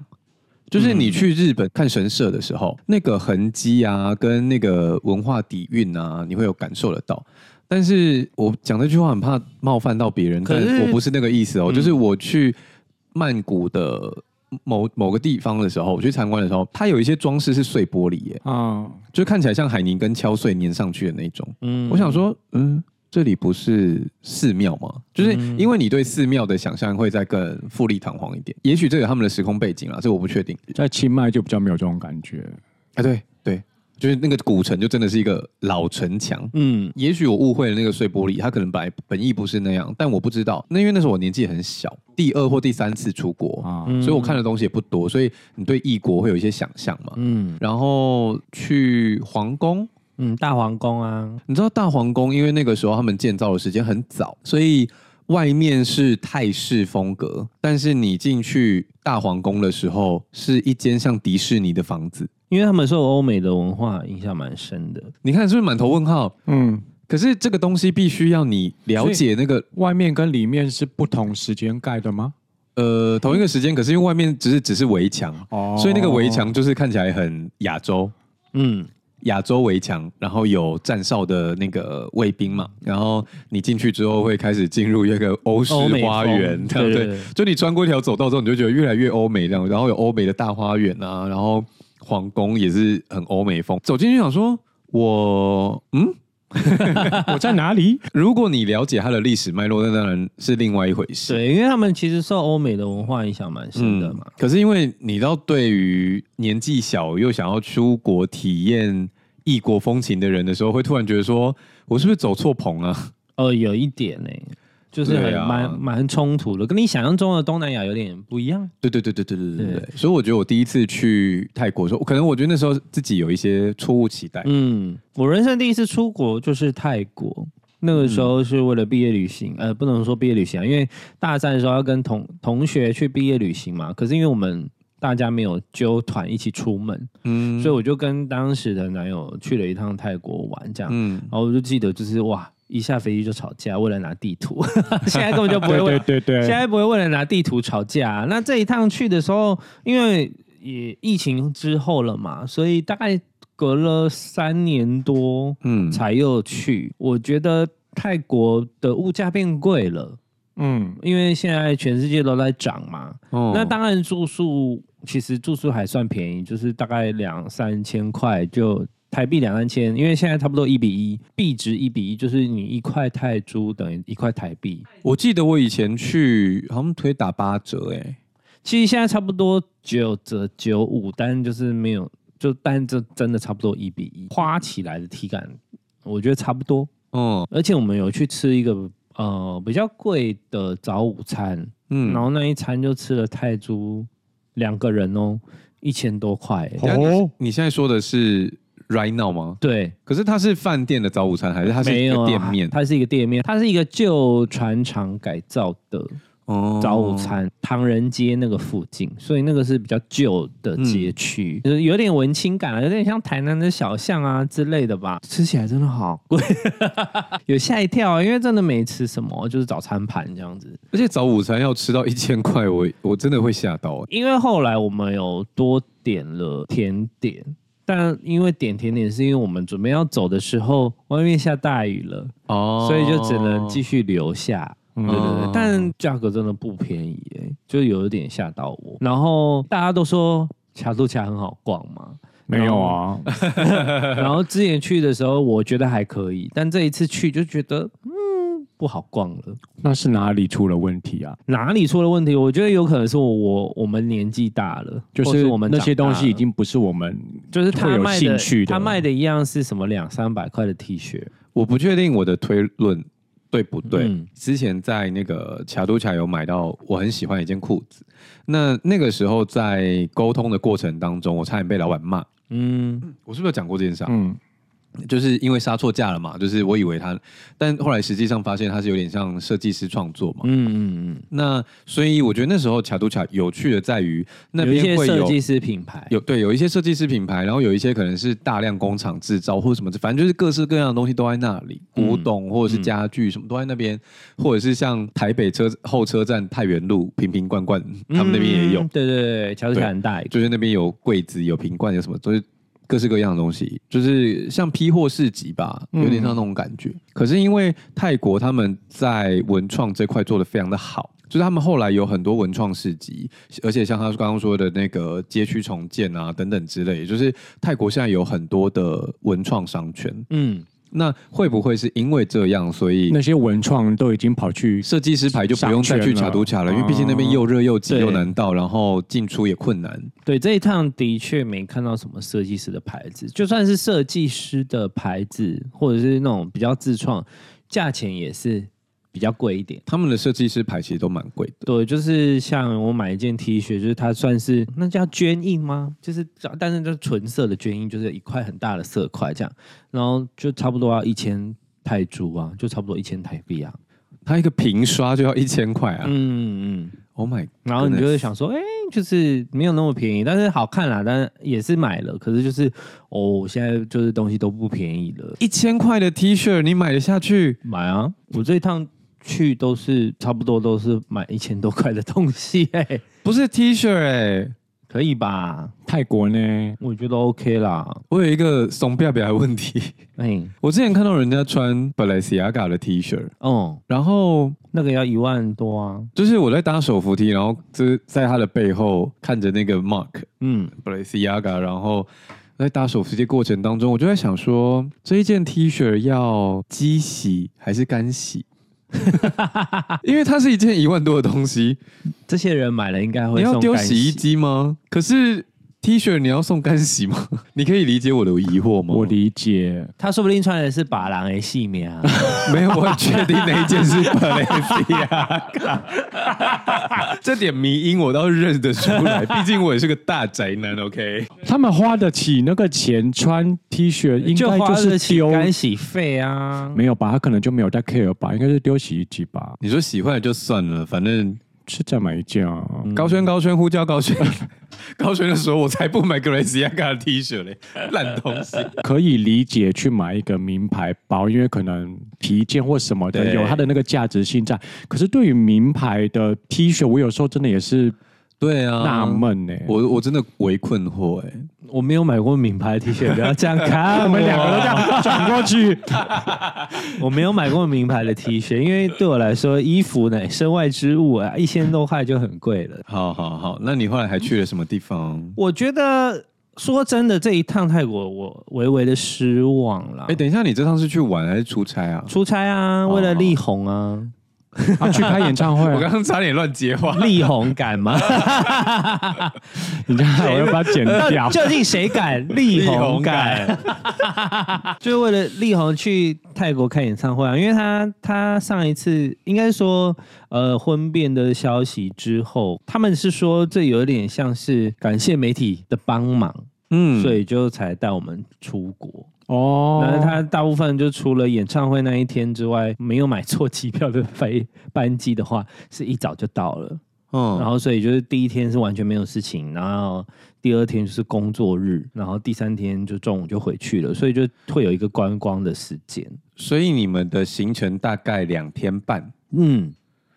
就是你去日本看神社的时嗯候，那个痕迹啊，跟那个文化底蕴啊，你会有感受得到。但是我讲这句话很怕冒犯到别人，可但是我不是那个意思哦，嗯就是我去曼谷的某某个地方的时候，我去参观的时候，它有一些装饰是碎玻璃耶，啊，就看起来像海泥跟敲碎粘上去的那种。嗯我想说，嗯，这里不是寺庙吗？就是因为你对寺庙的想象会再更富丽堂皇一点，也许这有他们的时空背景啦，这我不确定。在清迈就比较没有这种感觉。啊，对对，就是那个古城就真的是一个老城墙。嗯，也许我误会了那个碎玻璃，它可能本来本意不是那样，但我不知道。那因为那时候我年纪很小，第二或第三次出哦国啊所以我看的东西也不多，所以你对异国会有一些想象嘛。嗯然后去皇宫，嗯，大皇宫啊，你知道大皇宫，因为那个时候他们建造的时间很早，所以外面是泰式风格，但是你进去大皇宫的时候，是一间像迪士尼的房子。因为他们受欧美的文化影响蛮深的。你看是不是满头问号？嗯，可是这个东西必须要你了解那个外面跟里面是不同时间盖的吗？呃同一个时间，可是因为外面只是只是围墙，哦所以那个围 [LAUGHS] 墙就是看起来很亚洲。嗯，亚洲围墙，然后有站哨的那个卫兵嘛，然后你进去之后会开始进入一个欧式欧美风花园，这样对对对对就你穿过一条走道之后，你就觉得越来越欧美这样，然后有欧美的大花园啊，然后皇宫也是很欧美风。走进去想说，我嗯，我在 [LAUGHS] 哪里？如果你了解它的历史脉络，那当然是另外一回事。嗯对，因为他们其实受欧美的文化影响蛮深的嘛。可是因为你知道，对于年纪小又想要出国体验异国风情的人的时候，会突然觉得说，我是不是走错棚啊？呃，有一点呢、就是对很啊蛮蛮冲突的，跟你想象中的东南亚有点不一样。对对对对对对对对。所以我觉得我第一次去泰国的时候，可能我觉得那时候自己有一些错误期待。嗯，我人生第一次出国就是泰国，那个时候是为了毕业旅行，嗯呃，不能说毕业旅行啊，因为大三的时候要跟同同学去毕业旅行嘛，可是因为我们大家没有揪团一起出门，嗯所以我就跟当时的男友去了一趟泰国玩，这样，嗯，然后我就记得就是哇，一下飞机就吵架，为了拿地图， [LAUGHS] 现在根本就不会对为对对对，现在不会为了拿地图吵架啊、那这一趟去的时候，因为也疫情之后了嘛，所以大概隔了三年多嗯才又去。我觉得泰国的物价变贵了，嗯，因为现在全世界都在涨嘛。哦那当然住宿其实住宿还算便宜，就是大概两三千块就。台币两三千，因为现在差不多一比一，币值一比一，就是你一块泰铢等于一块台币，我记得我以前去，好像可以打八折哎、其实现在差不多九折九五，但就是没有，就但这真的差不多一比一，花起来的体感我觉得差不多。哦，而且我们有去吃一个呃比较贵的早午餐，嗯，然后那一餐就吃了泰铢两个人哦，一千多块耶、等一下哦你现在说的是 right now 吗？对，可是它是饭店的早午餐，还是它是没一有个啊店面？它是一个店面，它是一个旧船厂改造的哦早午餐，唐人街那个附近，所以那个是比较旧的街区，就是有点文青感啊，有点像台南的小巷啊之类的吧。吃起来真的好贵， [LAUGHS] 有吓一跳、啊，因为真的没吃什么，就是早餐盘这样子。而且早午餐要吃到一千块，我我真的会吓到、欸。因为后来我们有多点了甜点，但因为点甜点是因为我们准备要走的时候，外面下大雨了，哦所以就只能继续。续留下。嗯对对哦对，但价格真的不便宜、欸，就有一点吓到我。然后大家都说卡杜卡很好逛嘛，没有啊， [LAUGHS] 然后之前去的时候我觉得还可以，但这一次去就觉得嗯不好逛了。那是哪里出了问题啊？哪里出了问题？我觉得有可能是我我我们年纪大了，就或是是我们那些长大东西已了经不是我们就是会他有卖兴趣的他卖的一样是什么两三百块的 T 恤，我不确定我的推论对不对。嗯之前在那个卡都卡有买到我很喜欢的一件裤子，那那个时候在沟通的过程当中，我差点被老板骂。嗯我是不是有讲过这件事啊？嗯就是因为杀错价了嘛，就是我以为他，但后来实际上发现他是有点像设计师创作嘛。嗯嗯那所以我觉得那时候卡都卡有趣的在于那嗯，有一边些会设有计师品牌，有对有一些设计师品牌，然后有一些可能是大量工厂制造或者什么，反正就是各式各样的东西都在那里，嗯古董或者是家具什么都在那边，或者是像台北车后车站太原路瓶瓶罐罐，他们那边也有，嗯对对对，乔治对很大一个，就是那边有柜子、有瓶罐、有什么，就是各式各样的东西，就是像批货市集吧，有点像那种感觉。可是因为泰国他们在文创这块做的非常的好。就是他们后来有很多文创市集，而且像他刚刚说的那个街区重建啊等等之类，就是泰国现在有很多的文创商圈。嗯，那会不会是因为这样，所以那些文创都已经跑去设计师牌就不用再去卡都卡了？因为毕竟那边又热又挤对又难到，然后进出也困难。对，这一趟的确没看到什么设计师的牌子，就算是设计师的牌子，或者是那种比较自创，价钱也是比较贵一点。他们的设计师牌其实都蛮贵的，对，就是像我买一件 T 恤，就是它算是那叫捐印吗？就是但是就是纯色的捐印，就是一块很大的色块这样，然后就差不多要一千泰铢啊，就差不多一千台币啊。他一个平刷就要一千块啊嗯嗯， ！Oh my，然后你就 goodness 会想说，哎、就是没有那么便宜，但是好看啦，但是也是买了，可是就是哦，现在就是东西都不便宜了，一千块的 T 恤你买得下去？买啊！我这一趟去都是差不多都是买一千多块的东西、哎， [LAUGHS] 不是 T 恤哎、可以吧？泰国呢？我觉得 OK 啦，我有一个怂表表的问题， [LAUGHS] 哎、我之前看到人家穿 Balenciaga 的 T 恤，哦、然后那个要一万多啊，就是我在搭手扶梯，然后就是在他的背后看着那个 Mark，嗯， Balenciaga，然后在搭手扶梯过程当中，我就在想说，这一件 T 恤要机洗还是干洗？ [LAUGHS] 因为它是一件一万多的东西，这些人买了应该你会要送丢干洗衣机吗？可是 T 恤你要送干洗吗？ [LAUGHS] 你可以理解我的疑惑哦吗？我理解，他说不定穿的是把郎的细棉啊， [LAUGHS] 没有，我很确定那一件 [LAUGHS] 是 Balenciaga，这点迷因我倒是认得出来，毕竟我也是个大宅男。OK，他们花得起那个钱穿 T 恤，应就该花是得起丢，干洗费啊。没有吧？他可能就没有在 care 吧，应该是丢洗衣机吧，你说喜欢也就算了，反正是再买一件啊。高轩高轩呼叫高轩， [LAUGHS] 高轩就说：“我才不买 Graciaga 的 T 恤嘞，烂东西。可以理解去买一个名牌包，因为可能皮件或什么的对有它的那个价值性在。可是对于名牌的 T 恤，我有时候真的也是” [LAUGHS] 对啊纳闷呢。我我真的为困惑哎、我没有买过名牌 T 恤，不要这样看我我们两个都这。样转过去， [LAUGHS] 我没有买过名牌的 T 恤，因为对我来说，衣服乃身外之物啊，一千多块就很贵了。好好好，那你后来还去了什么地方？我觉得说真的，这一趟泰国我微微的失望啦。哎、等一下，你这趟是去玩还是出差啊？出差啊，为哦了力宏啊，啊，去开演唱会 [LAUGHS] 我啊，刚刚差点乱接话。力宏敢吗？。你这样我要把它剪掉 [LAUGHS] 究竟谁敢？力宏敢。感，就是为了力宏去泰国看演唱会啊，因为他他上一次应该说呃婚变的消息之后，他们是说这有点像是感谢媒体的帮忙， [LAUGHS] 嗯所以就才带我们出国。哦，但是他大部分就除了演唱会那一天之外，没有买错机票的飞班机的话，是一早就到了。然嗯，后所以就是第一天是完全没有事情，然后第二天就是工作日，然后第三天就中午就回去了，所以就会有一个观光的时间。所以你们的行程大概两天半，嗯，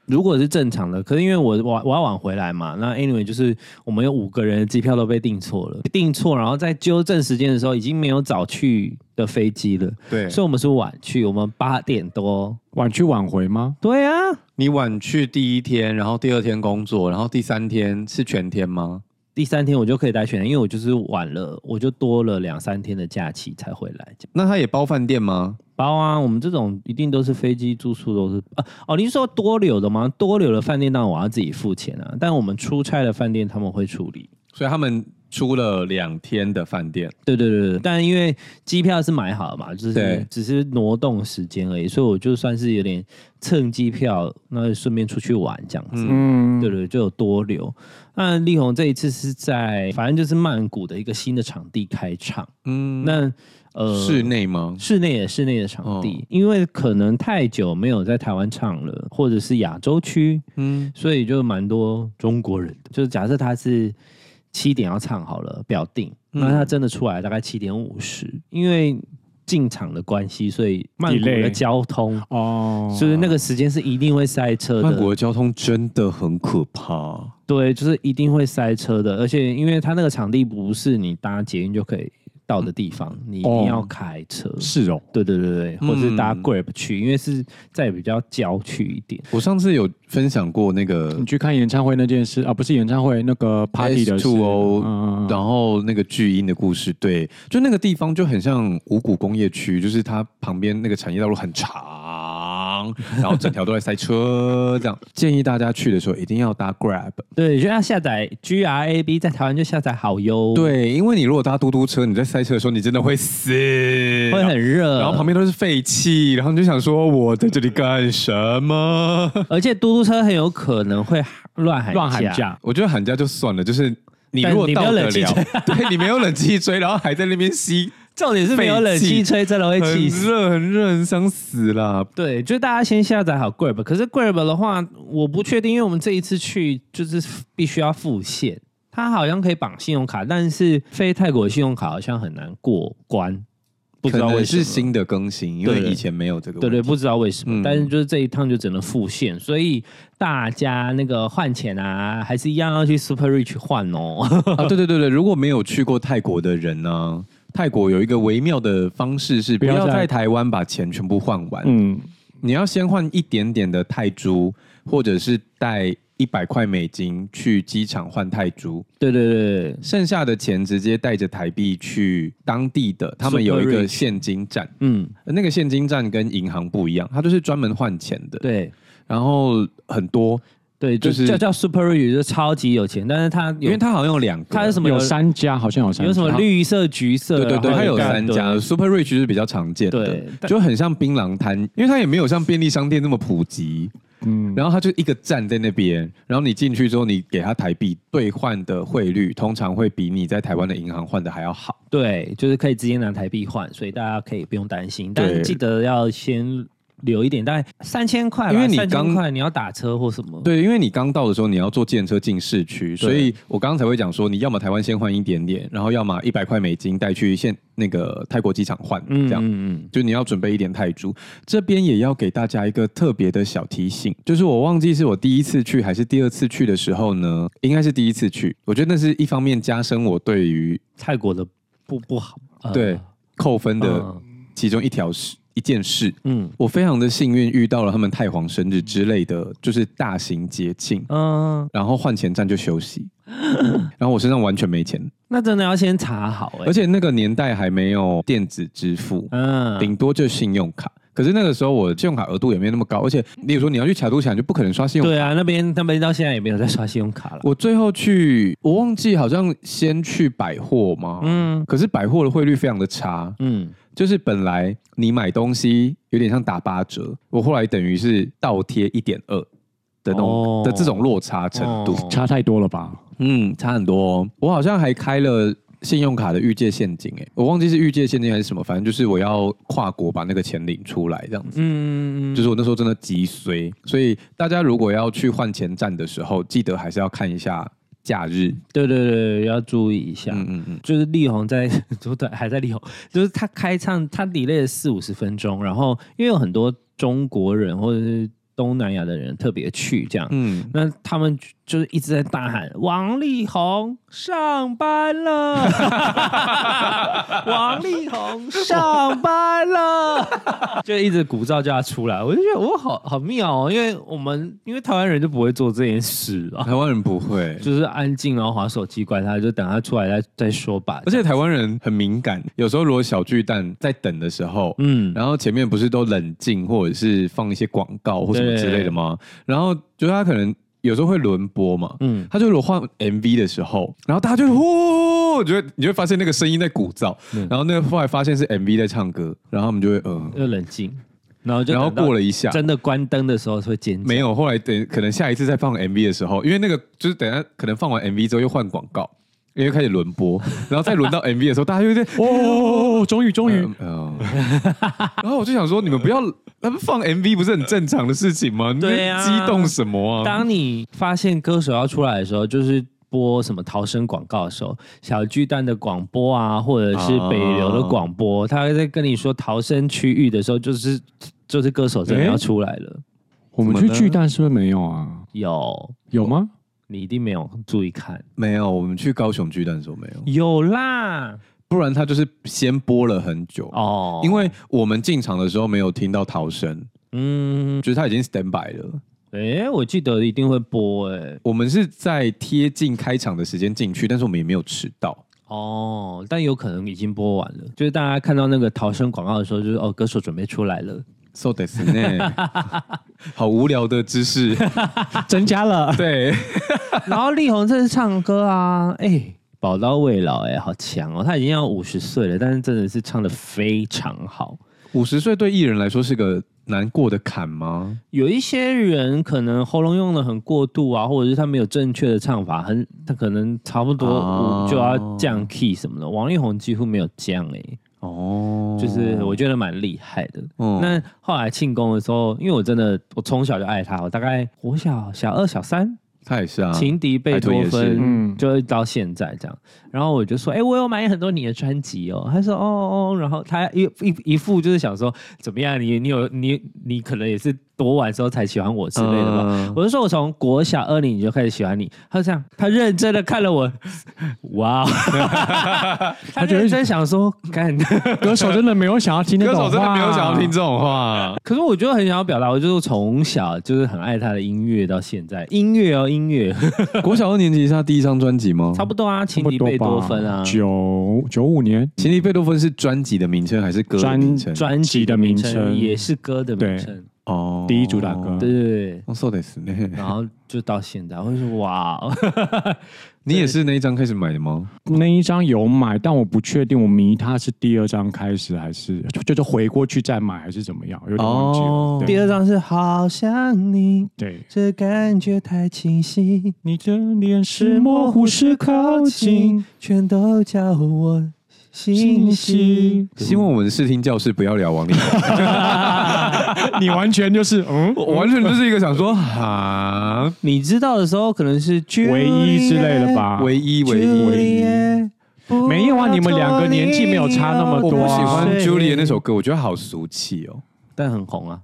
如果是正常的，可是因为我我我要晚回来嘛，那 anyway 就是我们有五个人的机票都被订错了，订错，然后在纠正时间的时候已经没有早去的飞机了，对所以我们是晚去，我们八点多。晚去晚回吗？对啊，你晚去第一天，然后第二天工作，然后第三天是全天吗？第三天我就可以待选了，因为我就是晚了，我就多了两三天的假期才回来。那他也包饭店吗？包啊，我们这种一定都是飞机住宿都是啊哦，你是说多留的吗？多留的饭店当然我要自己付钱啊，但我们出差的饭店他们会处理。所以他们出了两天的饭店，对对对对，但因为机票是买好了嘛，就对是只是挪动时间而已，所以我就算是有点蹭机票，那就顺便出去玩这样子。嗯，对对，就有多留。那力宏这一次是在反正就是曼谷的一个新的场地开唱，嗯，那呃室内吗？室内也室内的场地，因为可能太久没有在台湾唱了，或者是亚洲区，嗯，所以就蛮多中国人的。就是假设他是七点要唱好了，表定，那他真的出来大概七点五十，因为进场的关系，所以曼谷 Delay 的交通。哦，就是那个时间是一定会塞车曼谷的，的交通真的很可怕。对，就是一定会塞车的。而且因为它那个场地不是你搭捷运就可以到的地方，你一哦定要开车。是哦，对对对对，或是搭嗯 Grab 去，因为是在比较郊区一点。我上次有分享过那个你去看演唱会那件事啊，不是演唱会那个 party 的事 S2O 嗯嗯嗯然后那个巨婴的故事，对，就那个地方就很像五谷工业区，就是它旁边那个产业道路很长，然后整条都在塞车，这样建议大家去的时候一定要搭 Grab。对，就要下载 G R A B，在台湾就下载好哟。，对，因为你如果搭嘟嘟车，你在塞车的时候，你真的会死，会很热。然后旁边都是废气，然后你就想说我在这里干什么？而且嘟嘟车很有可能会乱喊乱喊价， [LAUGHS] 我觉得喊价就算了，就是你但如果你没有到得了，冷气对你没有冷气吹，然后还在那边吸，重点是没有冷废气气吹，真的会很哎气死。热很热，很想死啦。对，就大家先下载好 Grab，可是 Grab 的话，我不确定，因为我们这一次去就是必须要付现，它好像可以绑信用卡，但是非泰国的信用卡好像很难过关，不知道可为能什么。是新的更新，因为以前没有这个对问题。对，不知道为什么，嗯但是就是这一趟就只能付现，所以大家那个换钱啊，还是一样要去 Super Rich 换 [LAUGHS] 哦。啊，对对对对，如果没有去过泰国的人呢、泰国有一个微妙的方式是，不不要要在在台湾把钱全部换完，嗯，你要先换一点点的泰铢，或者是带一百块美金去机场换泰铢，对对对对，剩下的钱直接带着台币去当地的，他们有一 Super 个 rich 现金站，嗯，那个现金站跟银行不一样，它就是专门换钱的，对然后很多，对，就就是是叫叫 Super Rich 就超级有钱，但是他因有为它好像有两个，他是什么有三家好像有三家，有什么绿色、橘色，对对对，然后它有三干家对，Super Rich 是比较常见的对，就很像槟榔摊，因为它也没有像便利商店那么普及。嗯，然后它就一个站在那边，然后你进去之后，你给它台币兑换的汇率，通常会比你在台湾的银行换的还要好。对，就是可以直接拿台币换，所以大家可以不用担心，对但记得要先留一点，大概三千块吧，因为你三千刚块你要打车或什么，对，因为你刚到的时候，你要坐电车进市区，所以我刚刚才会讲说，你要么台湾先换一点点，然后要么一百块美金带去现那个泰国机场换，嗯，这样。嗯嗯，就你要准备一点泰铢。这边也要给大家一个特别的小提醒，就是我忘记是我第一次去还是第二次去的时候呢，应该是第一次去。我觉得那是一方面加深我对于泰国的不不好，呃对扣分的嗯其中一条事一件事。嗯我非常的幸运遇到了他们太皇生日之类的，就是大型节庆，嗯，然后换钱站就休息，然后我身上完全没钱，那真的要先查好哎、而且那个年代还没有电子支付，嗯，顶多就信用卡。可是那个时候我信用卡额度也没那么高，而且例如说你要去卡都卡，你就不可能刷信用卡。对啊，那边那边到现在也没有在刷信用卡了，我最后去，我忘记好像先去百货嘛，嗯可是百货的汇率非常的差，嗯，就是本来你买东西有点像打八折，我后来等于是倒贴一点二的那种、哦的这种落差程度，哦差太多了吧？嗯，差很多、哦。我好像还开了。信用卡的预借现金、欸，我忘记是预借现金还是什么，反正就是我要跨国把那个钱领出来这样子。嗯嗯嗯，就是我那时候真的极衰，所以大家如果要去换钱站的时候，记得还是要看一下假日。对对对，要注意一下，嗯嗯嗯，就是力宏在， [LAUGHS] 就对，还在力宏，就是他开唱，他 delay 了四五十分钟，然后因为有很多中国人或者是东南亚的人特别去这样，嗯，那他们就就是一直在大喊王力宏上班了， [LAUGHS] 王力宏上班了，就一直鼓噪叫他出来，我就觉得我好好妙哦，因为我们因为台湾人就不会做这件事啊。台湾人不 [LAUGHS] 会，就是安静，然后划手机，管他，就等他出来再再说吧。而且台湾人很敏感，有时候如果小巨蛋在等的时候。嗯，然后前面不是都冷静，或者是放一些广告或什么之类的吗？然后就是他可能有时候会轮播嘛，嗯，他就如果换 MV 的时候，然后大家就呼，你就会你就会发现那个声音在鼓噪，嗯然后那个后来发现是 MV 在唱歌，然后他们就会嗯、又冷静，然后就然后过了了一下，真的关灯的时候会尖叫，没有，后来等可能下一次再放 MV 的时候，因为那个就是等一下可能放完 MV 之后又换广告，因为开始轮播，然后再轮到 MV 的时候，大家就在哦哦，哦终于终于嗯，嗯 [LAUGHS] 然后我就想说，你们不要，他们放 MV 不是很正常的事情吗？你们对啊激动什么啊？当你发现歌手要出来的时候，就是。播什么逃生广告的时候，小巨蛋的广播啊，或者是北流的广播，他在跟你说逃生区域的时候，就是就是歌手真的要出来了。我们怎去么了巨蛋是不是没有啊？有，有吗？你一定没有注意看，没有，我们去高雄巨蛋的时候没有，有啦，不然他就是先播了很久。哦，因为我们进场的时候没有听到逃生，嗯，就是他已经 stand by 了。诶、我记得一定会播诶、我们是在贴近开场的时间进去，但是我们也没有迟到。哦，但有可能已经播完了，就是大家看到那个逃生广告的时候，就是哦，歌手准备出来了， So this 呢， [LAUGHS] 好无聊的知识。增加了对， [LAUGHS] 然后力宏这是唱歌啊，哎、宝刀未老哎、好强哦！他已经要五十岁了，但是真的是唱的非常好。 [LAUGHS] 五十岁对艺人来说是个难过的坎吗？有一些人可能喉咙用的很过度啊，或者是他没有正确的唱法，很他可能差不多哦五就要降 key 什么的。王力宏几乎没有降哎、哦，就是我觉得蛮厉害的。嗯那后来庆功的时候，因为我真的我从小就爱他，我大概我小小二小三，他也是啊，情敌贝多海豚也是芬，嗯就到现在这样。然后我就说，哎、我有买很多你的专辑哦。他说，哦哦。然后他一一一副就是想说，怎么样？你你有你你可能也是多晚之后才喜欢我之类的吧。嗯我就说我从国小二年级就开始喜欢你，他就这样，他认真的看了我，哇哦， [LAUGHS] 他认真想说，干， [LAUGHS] 歌手真的没有想要 [LAUGHS] 听那歌种手真的没有想要听这这种话。可是我就很想要表达，我就是从小就是很爱他的音乐到现在，音乐哦，音乐国小二年级是他第一张专辑吗？差不多啊，情敌贝多芬啊，九九五年情敌贝多芬是专辑的名称还是歌的专名称？专辑的名称也是歌的名称，哦第一主打歌对对对。哦，so this 然后就到现在，我就说哇 [LAUGHS] 哦，你也是那一张开始买的吗？那一张有买，但我不确定我迷他是第二张开始还是就就是回过去再买还是怎么样，有点忘记了。哦对第二张是好想你，对，这感觉太清晰，你的脸是是模模糊糊是是靠靠近近，，全都叫我清信息晰。。希望我们的视听教室不要聊王力宏， [LAUGHS] 你完全就是嗯， [LAUGHS] 我完全就是一个想说哈，你知道的时候可能是唯一之类的吧？唯一唯一唯一。 Juliet，不没有啊要你们两个年纪没有差那么我不多啊喜欢对 Julia 那首歌，我觉得好俗气哦。但很红啊。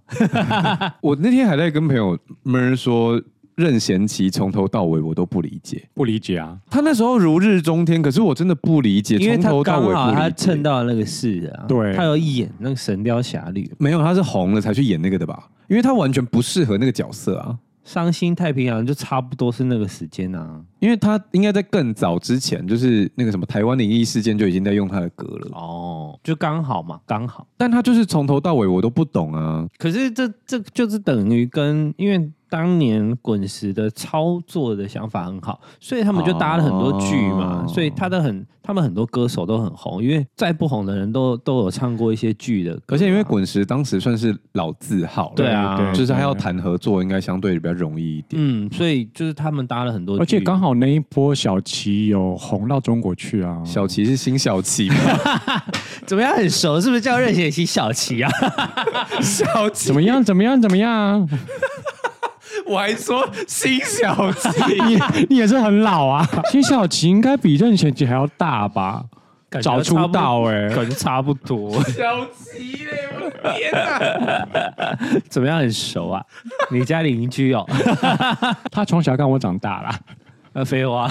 我那天还在跟朋友们说，任贤齐从头到尾我都不理解。不理解啊。他那时候如日中天，可是我真的不理解，因为从他头到刚尾好不他理蹭解。到那个事啊，对他有演那个《神雕侠侣》，啊没有，他是红了才去演那个的吧？因为他完全不适合那个角色啊，伤心太平洋就差不多是那个时间啊。因为他应该在更早之前，就是那个什么台湾灵异事件就已经在用他的歌了。哦，就刚好嘛，刚好。但他就是从头到尾我都不懂啊。可是这这就是等于跟因为当年滚石的操作的想法很好，所以他们就搭了很多剧嘛，哦所以他的很他们很多歌手都很红，因为再不红的人都都有唱过一些剧的歌而啊，且因为滚石当时算是老字号了，对啊对对就是他要谈合作，应该相对比较容易一点。嗯，所以就是他们搭了很多剧，而且刚好那一波小齐有红到中国去啊，小齐是新小齐吗，怎么样很熟，是不是叫任贤齐小齐啊？小齐怎么样？怎么样？怎么样？我还说新小齐，你你也是很老啊。辛晓琪应该比任贤齐还要大吧？ [LAUGHS] 感觉早出道哎、感觉差不 [LAUGHS] 多。小齐嘞，我天怎么样很熟啊？你家邻居哦？ [LAUGHS] 他从小看我长大啦。呃，废话，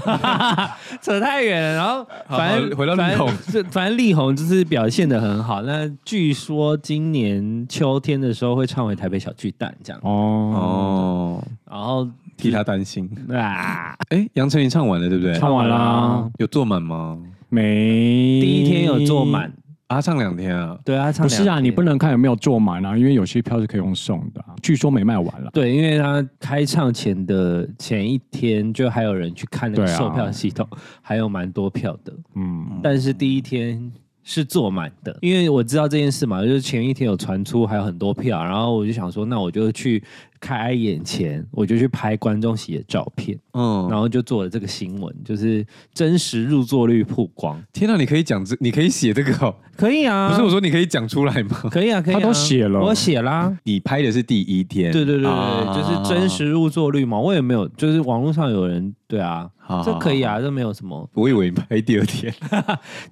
[LAUGHS] 扯太远了。然后好反正回到力宏反正这反正力宏就是表现的很好。那据说今年秋天的时候会唱回台北小巨蛋这样。哦， [LAUGHS] 哦，然后替他担心。啊，哎，杨丞琳唱完了对不对？唱完啦，有坐满吗？没第一天有坐满，，啊，唱两天啊。对嗯啊，唱不是两啊，天你不能看有没有坐满啊，因为有些票是可以用送的啊、据说没卖完了。对，因为他开唱前的前一天就还有人去看那个对啊售票系统，还有蛮多票的。嗯，但是第一天是坐满的，因为我知道这件事嘛，就是前一天有传出还有很多票，然后我就想说，那我就去开眼前，我就去拍观众席的照片，然嗯，后就做了这个新闻，就是真实入座率曝光，天哪，你可以讲这，你可以写这个哦。可以啊，不是我说你可以讲出来吗？可以啊，可以、啊，他都写了我写啦。你拍的是第一天，对对对对，啊就是真实入座率嘛，我也没有，就是网络上有人对啊，好这可以。好好啊，这没有什么。我以为你拍第二天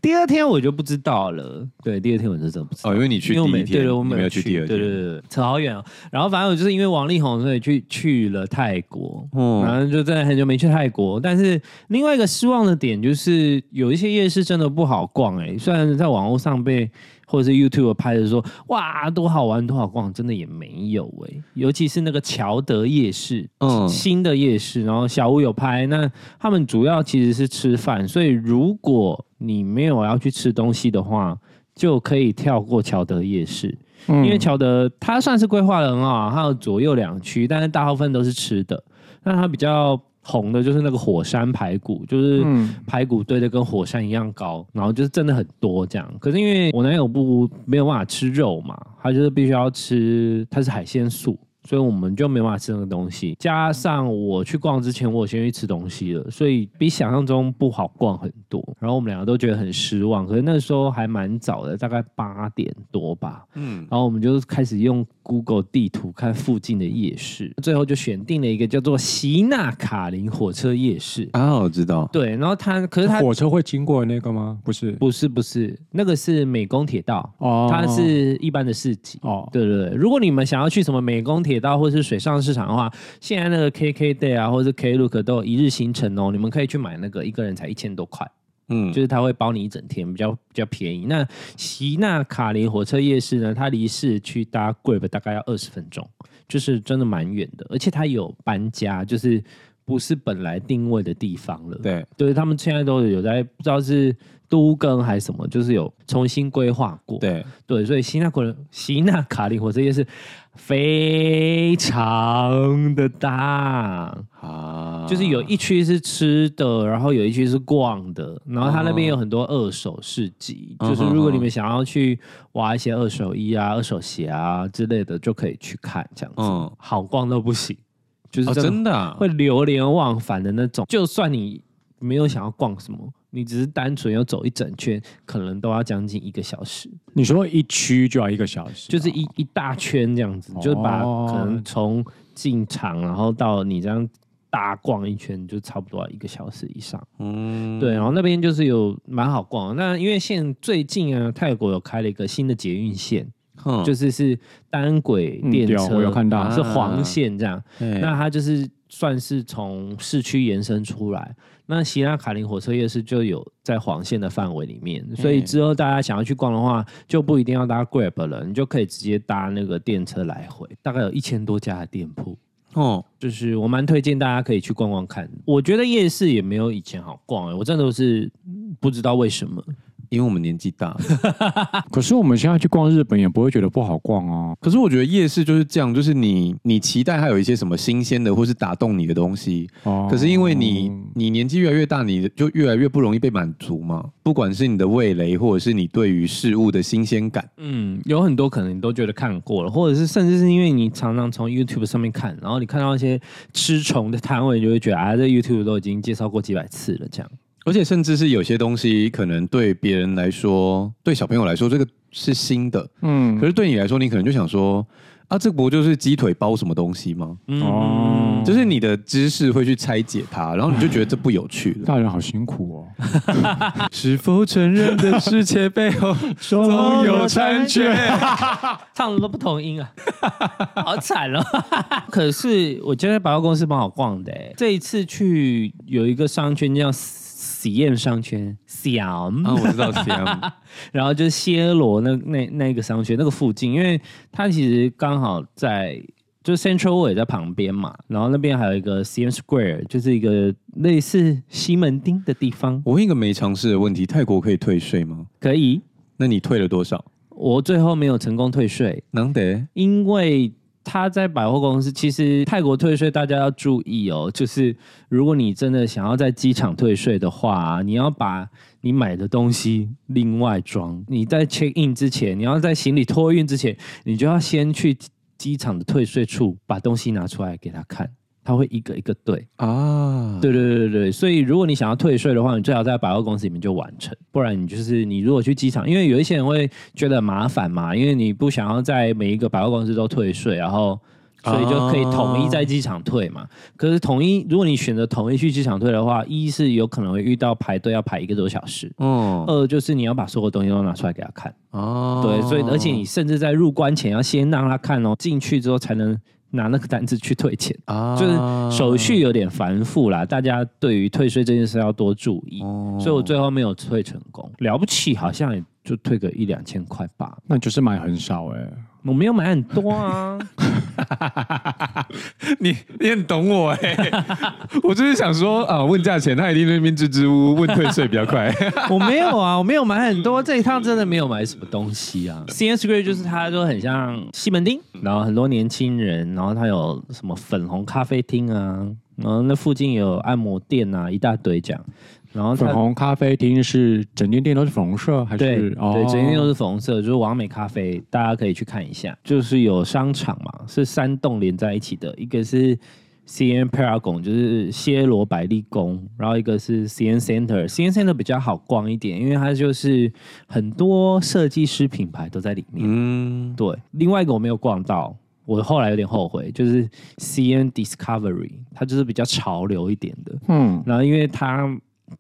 第二天我就不知道了，对，第二天我就真的不知 [LAUGHS] 道。哦，因为你去因为第我没一天，嗯对对，我你没有有去第二对天。对对，对扯好远哦。然后反正我就是因为王力宏，所以去去了泰国。嗯然后就真的很久没去泰国，但是另外一个失望的点就是有一些夜市真的不好逛哎、虽然在网络上被或者是 YouTube 拍的说哇多好玩多好逛，真的也没有哎、尤其是那个乔德夜市，嗯新的夜市，然后小屋有拍，那他们主要其实是吃饭，所以如果你没有要去吃东西的话，就可以跳过乔德夜市。嗯因为乔德它算是规划的很好啊，它有左右两区，但是大部分都是吃的。那它比较红的就是那个火山排骨，就是嗯排骨堆的跟火山一样高，然后就是真的很多这样。可是因为我男友不没有办法吃肉嘛，他就是必须要吃，他是海鲜素。所以我们就没办法吃那个东西，加上我去逛之前，我先去吃东西了，所以比想象中不好逛很多。然后我们两个都觉得很失望，可是那时候还蛮早的，大概八点多吧。嗯，然后我们就开始用 Google 地图看附近的夜市，最后就选定了一个叫做席纳卡林火车夜市。啊，我知道。对，然后它可是它火车会经过的那个吗？不是，不是不是那个是美工铁道，哦它是一般的市集。哦，对对对，如果你们想要去什么美工铁道或是水上市场的话，现在那个 KK Day 啊，或者 Klook 都有一日行程哦，你们可以去买那个，一个人才一千多块。嗯就是它会包你一整天，比较比较便宜。那席纳卡林火车夜市呢，它离市区搭 Grab 大概要二十分钟，就是真的蛮远的，而且它有搬家，就是不是本来定位的地方了。对，对，他们现在都有在不知道是都更还是什么，就是有重新规划过。对，对，所以西纳可西纳卡林火车夜市非常的大。啊，就是有一区是吃的，然后有一区是逛的，然后它那边有很多二手市集，哦嗯就是如果你们想要去挖一些二手衣啊、二手鞋啊之类的，就可以去看这样子，嗯好逛到不行，就是哦，真的真的啊会流连忘返的那种。就算你没有想要逛什么，你只是单纯要走一整圈，可能都要将近一个小时，你说一区就要一个小时啊，就是一一大圈这样子，就是把哦可能从进场然后到你这样大逛一圈，就差不多要一个小时以上。嗯，对，然后那边就是有蛮好逛的。那因为现最近啊，泰国有开了一个新的捷运线，嗯，就是是是单轨嗯电对啊车，我有看到是啊黄线这样。那那它就是算是从市区延伸出来。那希拉卡林火车夜市就有在黄线的范围里面，所以之后大家想要去逛的话，就不一定要搭 Grab 了，你就可以直接搭那个电车来回，大概有一千多家的店铺。哦，就是我蛮推荐大家可以去逛逛看，我觉得夜市也没有以前好逛、欸，我真的是不知道为什么。因为我们年纪大了，啊可是我们现在去逛日本也不会觉得不好逛哦。可是我觉得夜市就是这样，就是你你期待它有一些什么新鲜的或是打动你的东西，哦，可是因为你你年纪越来越大，你就越来越不容易被满足嘛。不管是你的味蕾，或者是你对于事物的新鲜感，嗯，有很多可能你都觉得看过了，或者是甚至是因为你常常从 YouTube 上面看，然后你看到一些吃虫的摊位，你就会觉得啊，这 YouTube 都已经介绍过几百次了，这样。而且甚至是有些东西可能对别人来说，对小朋友来说这个是新的，嗯可是对你来说，你可能就想说。啊，这不就是鸡腿包什么东西吗？嗯，哦就是你的知识会去拆解它，然后你就觉得这不有趣了。大人好辛苦哦。是否承认的世界背 [LAUGHS] 后总有残缺？唱的都不 [LAUGHS] 同音啊，好惨哦。 [LAUGHS] 可是我觉得百货公司蛮好逛的、欸，这一次去有一个商圈叫喜宴商圈，小。啊，我知道 CM，然后就是暹罗那那那个商圈那个附近，因为它其实刚好在就是 Central World 也在旁边嘛，然后那边还有一个 CN Square，就是一个类似西门町的地方，我问一个没尝试的问题：泰国可以退税吗？可以。那你退了多少？我最后没有成功退税，能得因为他在百货公司，其实泰国退税大家要注意哦，就是如果你真的想要在机场退税的话、你要把你买的东西另外装。你在 check in 之前，你要在行李托运之前，你就要先去机场的退税处把东西拿出来给他看。他会一个一个对，啊？对对对对对，所以如果你想要退税的话，你最好在百货公司里面就完成，不然你就是你如果去机场，因为有一些人会觉得很麻烦嘛，因为你不想要在每一个百货公司都退税，然后所以就可以统一在机场退嘛。可是统一，如果你选择统一去机场退的话，一是有可能会遇到排队要排一个多小时，哦二就是你要把所有东西都拿出来给他看。哦对，所以而且你甚至在入关前要先让他看哦，进去之后才能拿那个单子去退钱，啊就是手续有点繁复啦，大家对于退税这件事要多注意。哦所以我最后没有退成功，了不起好像也就退个一两千块吧，那就是买很少哎、我没有买很多啊。你你很懂我哎、 [LAUGHS] 我就是想说啊，问价钱他一定在那边支支吾吾，问退税比较快。 [LAUGHS] 我没有啊，我没有买很多，这一趟真的没有买什么东西啊。CS Grey 就是它就很像西门町，然后很多年轻人，然后它有什么粉红咖啡厅啊，然后那附近有按摩店啊，一大堆这样。然后它粉红咖啡厅是整间店都是粉红色还对是？哦对，整天都是粉红色，就是完美咖啡，大家可以去看一下。就是有商场嘛，是三栋连在一起的，一个是 C N Paragon，就是暹罗百丽宫，然后一个是 C N Center。C N Center 比较好逛一点，因为它就是很多设计师品牌都在里 [LAUGHS] 面。嗯，对，另外一个我没有逛到，我后来有点后悔，就是 C N Discovery，它就是比较潮流一点的。嗯，然后因为它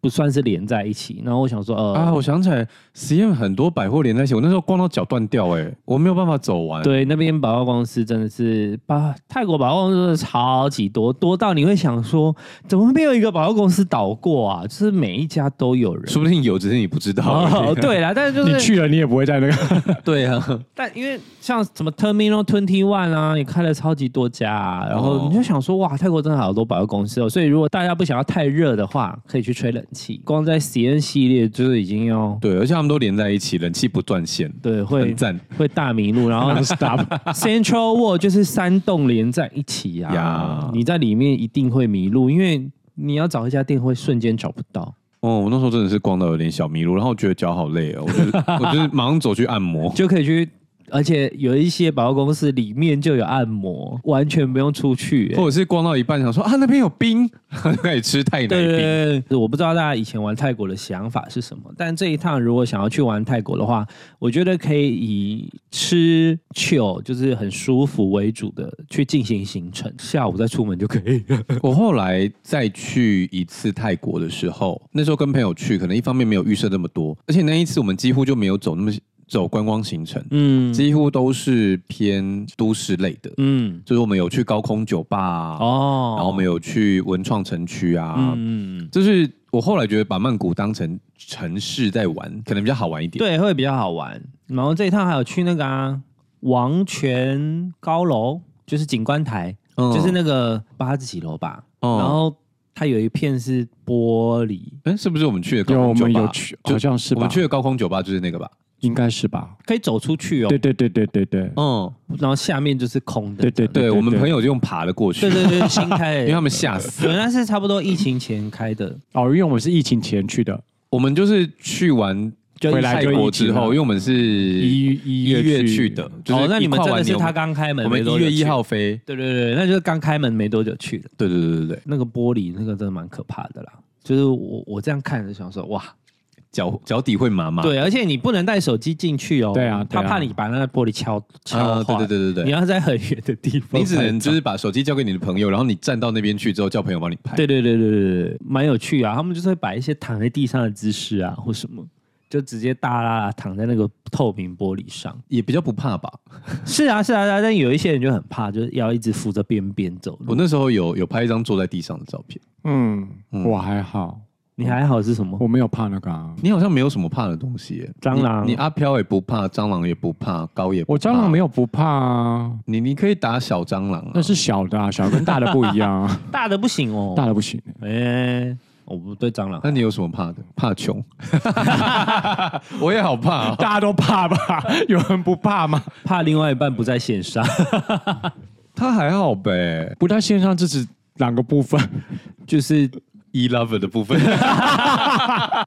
不算是连在一起，然后我想说，呃，啊，我想起来实验很多百货连在一起，我那时候逛到脚断掉哎、我没有办法走完。，对，那边百货公司真的是把泰国百货公司真的超级多，多到你会想说，怎么没有一个百货公司倒过啊？就是每一家都有人。说不定有，只是你不知道。哦，对啦，但是就是你去了你也不会在那个对啊， [LAUGHS] 但因为像什么 Terminal Twenty One 啊，也开了超级多家、啊，然后你就想说，哇，泰国真的好多百货公司哦。所以如果大家不想要太热的话，可以去吹冷气。光在 CN 系列就是已经要 [LAUGHS] 对，而且他们都连在一起，冷气不断线，对很会赞会大迷路，然后 stop， Central Wall 就是三栋连在一起啊呀你在里面一定会迷路，因为你要找一家店会瞬间找不到。哦。我那时候真的是逛到有点小迷路，然后觉得脚好累哦，我就是 [LAUGHS] 我就是马上走去按摩。就可以去，而且有一些百货公司里面就有按摩，完全不用出去、欸或者是逛到一半想说啊那边有冰， [LAUGHS] 可以吃泰奶对冰。对对对，我不知道大家以前玩泰国的想法是什么，但这一趟如果想要去玩泰国的话，我觉得可以以吃 chill 就是很舒服为主的去进行行程，下午再出门就可以了。我后来再去一次泰国的时候，那时候跟朋友去，可能一方面没有预设那么多，而且那一次我们几乎就没有走那么走观光行程，嗯几乎都是偏都市类的，嗯就是我们有去高空酒吧、啊，哦，然后我们有去文创城区啊，嗯嗯。嗯就是我后来觉得把曼谷当成城市在玩，可能比较好玩一点。对，会比较好玩。然后这一趟还有去那个啊，王权高楼，就是景观台，嗯就是那个八十几楼吧。哦然后它有一片是玻璃，哎，是不是我们去的高有我空酒吧？们有去，就好像是我吧？们去的高空酒吧就是那个吧？应该是吧？可以走出去哦对。对对对对对，嗯，然后下面就是空的。对对对，我们对朋友就用爬的过去，对对对，新开因为他的。们吓死。对，那是差不多疫情前开的，哦，因为我们是疫情前去的，我们就是去完就回来泰就国疫情之后，了因为我们是一一一月去去的，，就是哦，那你一们跨真完的是年它刚开门我没们一多久去，月一号飞，对对对，那就是刚开门没多久去的。对对对对对，那个玻璃那个真的蛮可怕的啦，就是我我这样看着想说，哇，脚脚底会麻麻，对，而且你不能带手机进去哦。啊对啊对他啊怕你把那个玻璃敲敲啊，坏。对对对对你对，要在很远的地方拍照，你只能就是把手机交给你的朋友，然后你站到那边去之后叫朋友帮你拍，对对对对对对，蛮有趣啊。他们就是会摆一些躺在地上的姿势啊，或什么。就直接大拉拉躺在那个透明玻璃上。也比较不怕吧。是啊，是啊，是啊但有一些人就很怕，就是要一直扶着边边走我路。那时候有有拍一张坐在地上的照片，嗯，嗯我还好，你还好是什么？我没有怕那个、啊。你好像没有什么怕的东西耶，蟑螂你你阿飘也不怕，蟑螂也不怕，高也不怕我蟑螂没有，有不怕啊，你你可以打小蟑螂啊，那是小的、啊，小跟大的不一样啊，大的不行 [LAUGHS] 哦。大的不行。哎、我不对蟑螂。那你有什么怕的？怕穷， [LAUGHS] 我也好怕、哦。大家都怕吧？ [LAUGHS] 有人不怕吗？怕另外一半不在线上， [LAUGHS] 他还好呗不在线上这是两个部分，就是，E Love 的部 [LAUGHS] 分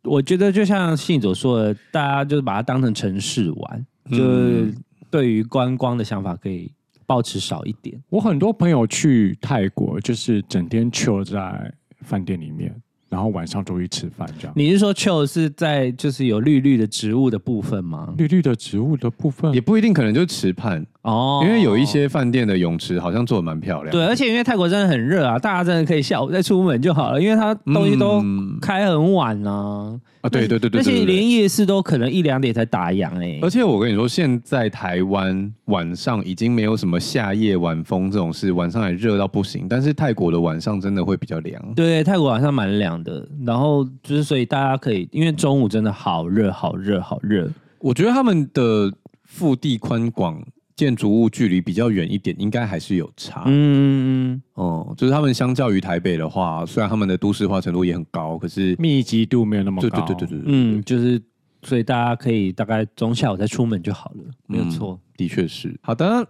我觉得就像信所说的，大家就是把它当成城市玩，嗯就是对于观光的想法可以保持少一点。我很多朋友去泰国就是整天 chill 在饭店里面，然后晚上出去吃饭这样。你是说 chill 是在就是有绿绿的植物的部分吗？绿绿的植物的部分也不一定，可能就是池畔，哦，因为有一些饭店的泳池好像做的蛮漂亮的。对，而且因为泰国真的很热啊，大家真的可以下午再出门就好了，因为它东西都嗯开很晚啊。啊，对对对对而且对对对。连夜市都可能一两点才打烊哎、而且我跟你说，现在台湾晚上已经没有什么夏夜晚风这种事，晚上还热到不行。但是泰国的晚上真的会比较凉。对，泰国晚上蛮凉的，然后就是所以大家可以，因为中午真的好热，好热，好热。我觉得他们的腹地宽广，建筑物距离比较远一点，应该还是有差。嗯，哦、就是他们相较于台北的话，虽然他们的都市化程度也很高，可是密集度没有那么对高。对对对对，对嗯，就是所以大家可以大概中下午再出门就好了，没嗯有错。的确是。好的，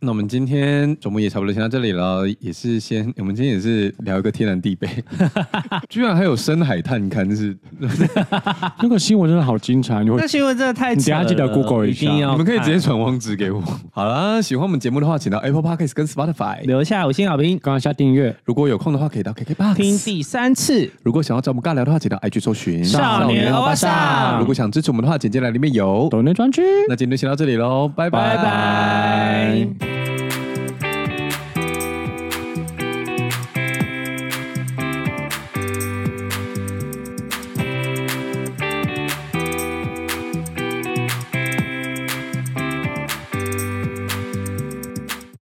那我们今天节目也差不多先到这里了，也是先我们今天也是聊一个天南地 [LAUGHS] 北，居然还有深海探勘是，那个新闻真的好精彩，你会那新闻真的太你等扯下了，记得 Google 一下定要你们可以直接看传网址给我。好了，喜欢我们节目的话，请到 Apple Podcast 跟 Spotify。留下五星好评，刚刚下订阅。如果有空的话，可以到 KKBox 听第三次。如果想要找我们尬聊的话，请到 IG 搜寻少年欧巴桑如果想支持我们的话，简介栏里面有。抖内专区。那今天就先到这里喽，拜拜拜拜。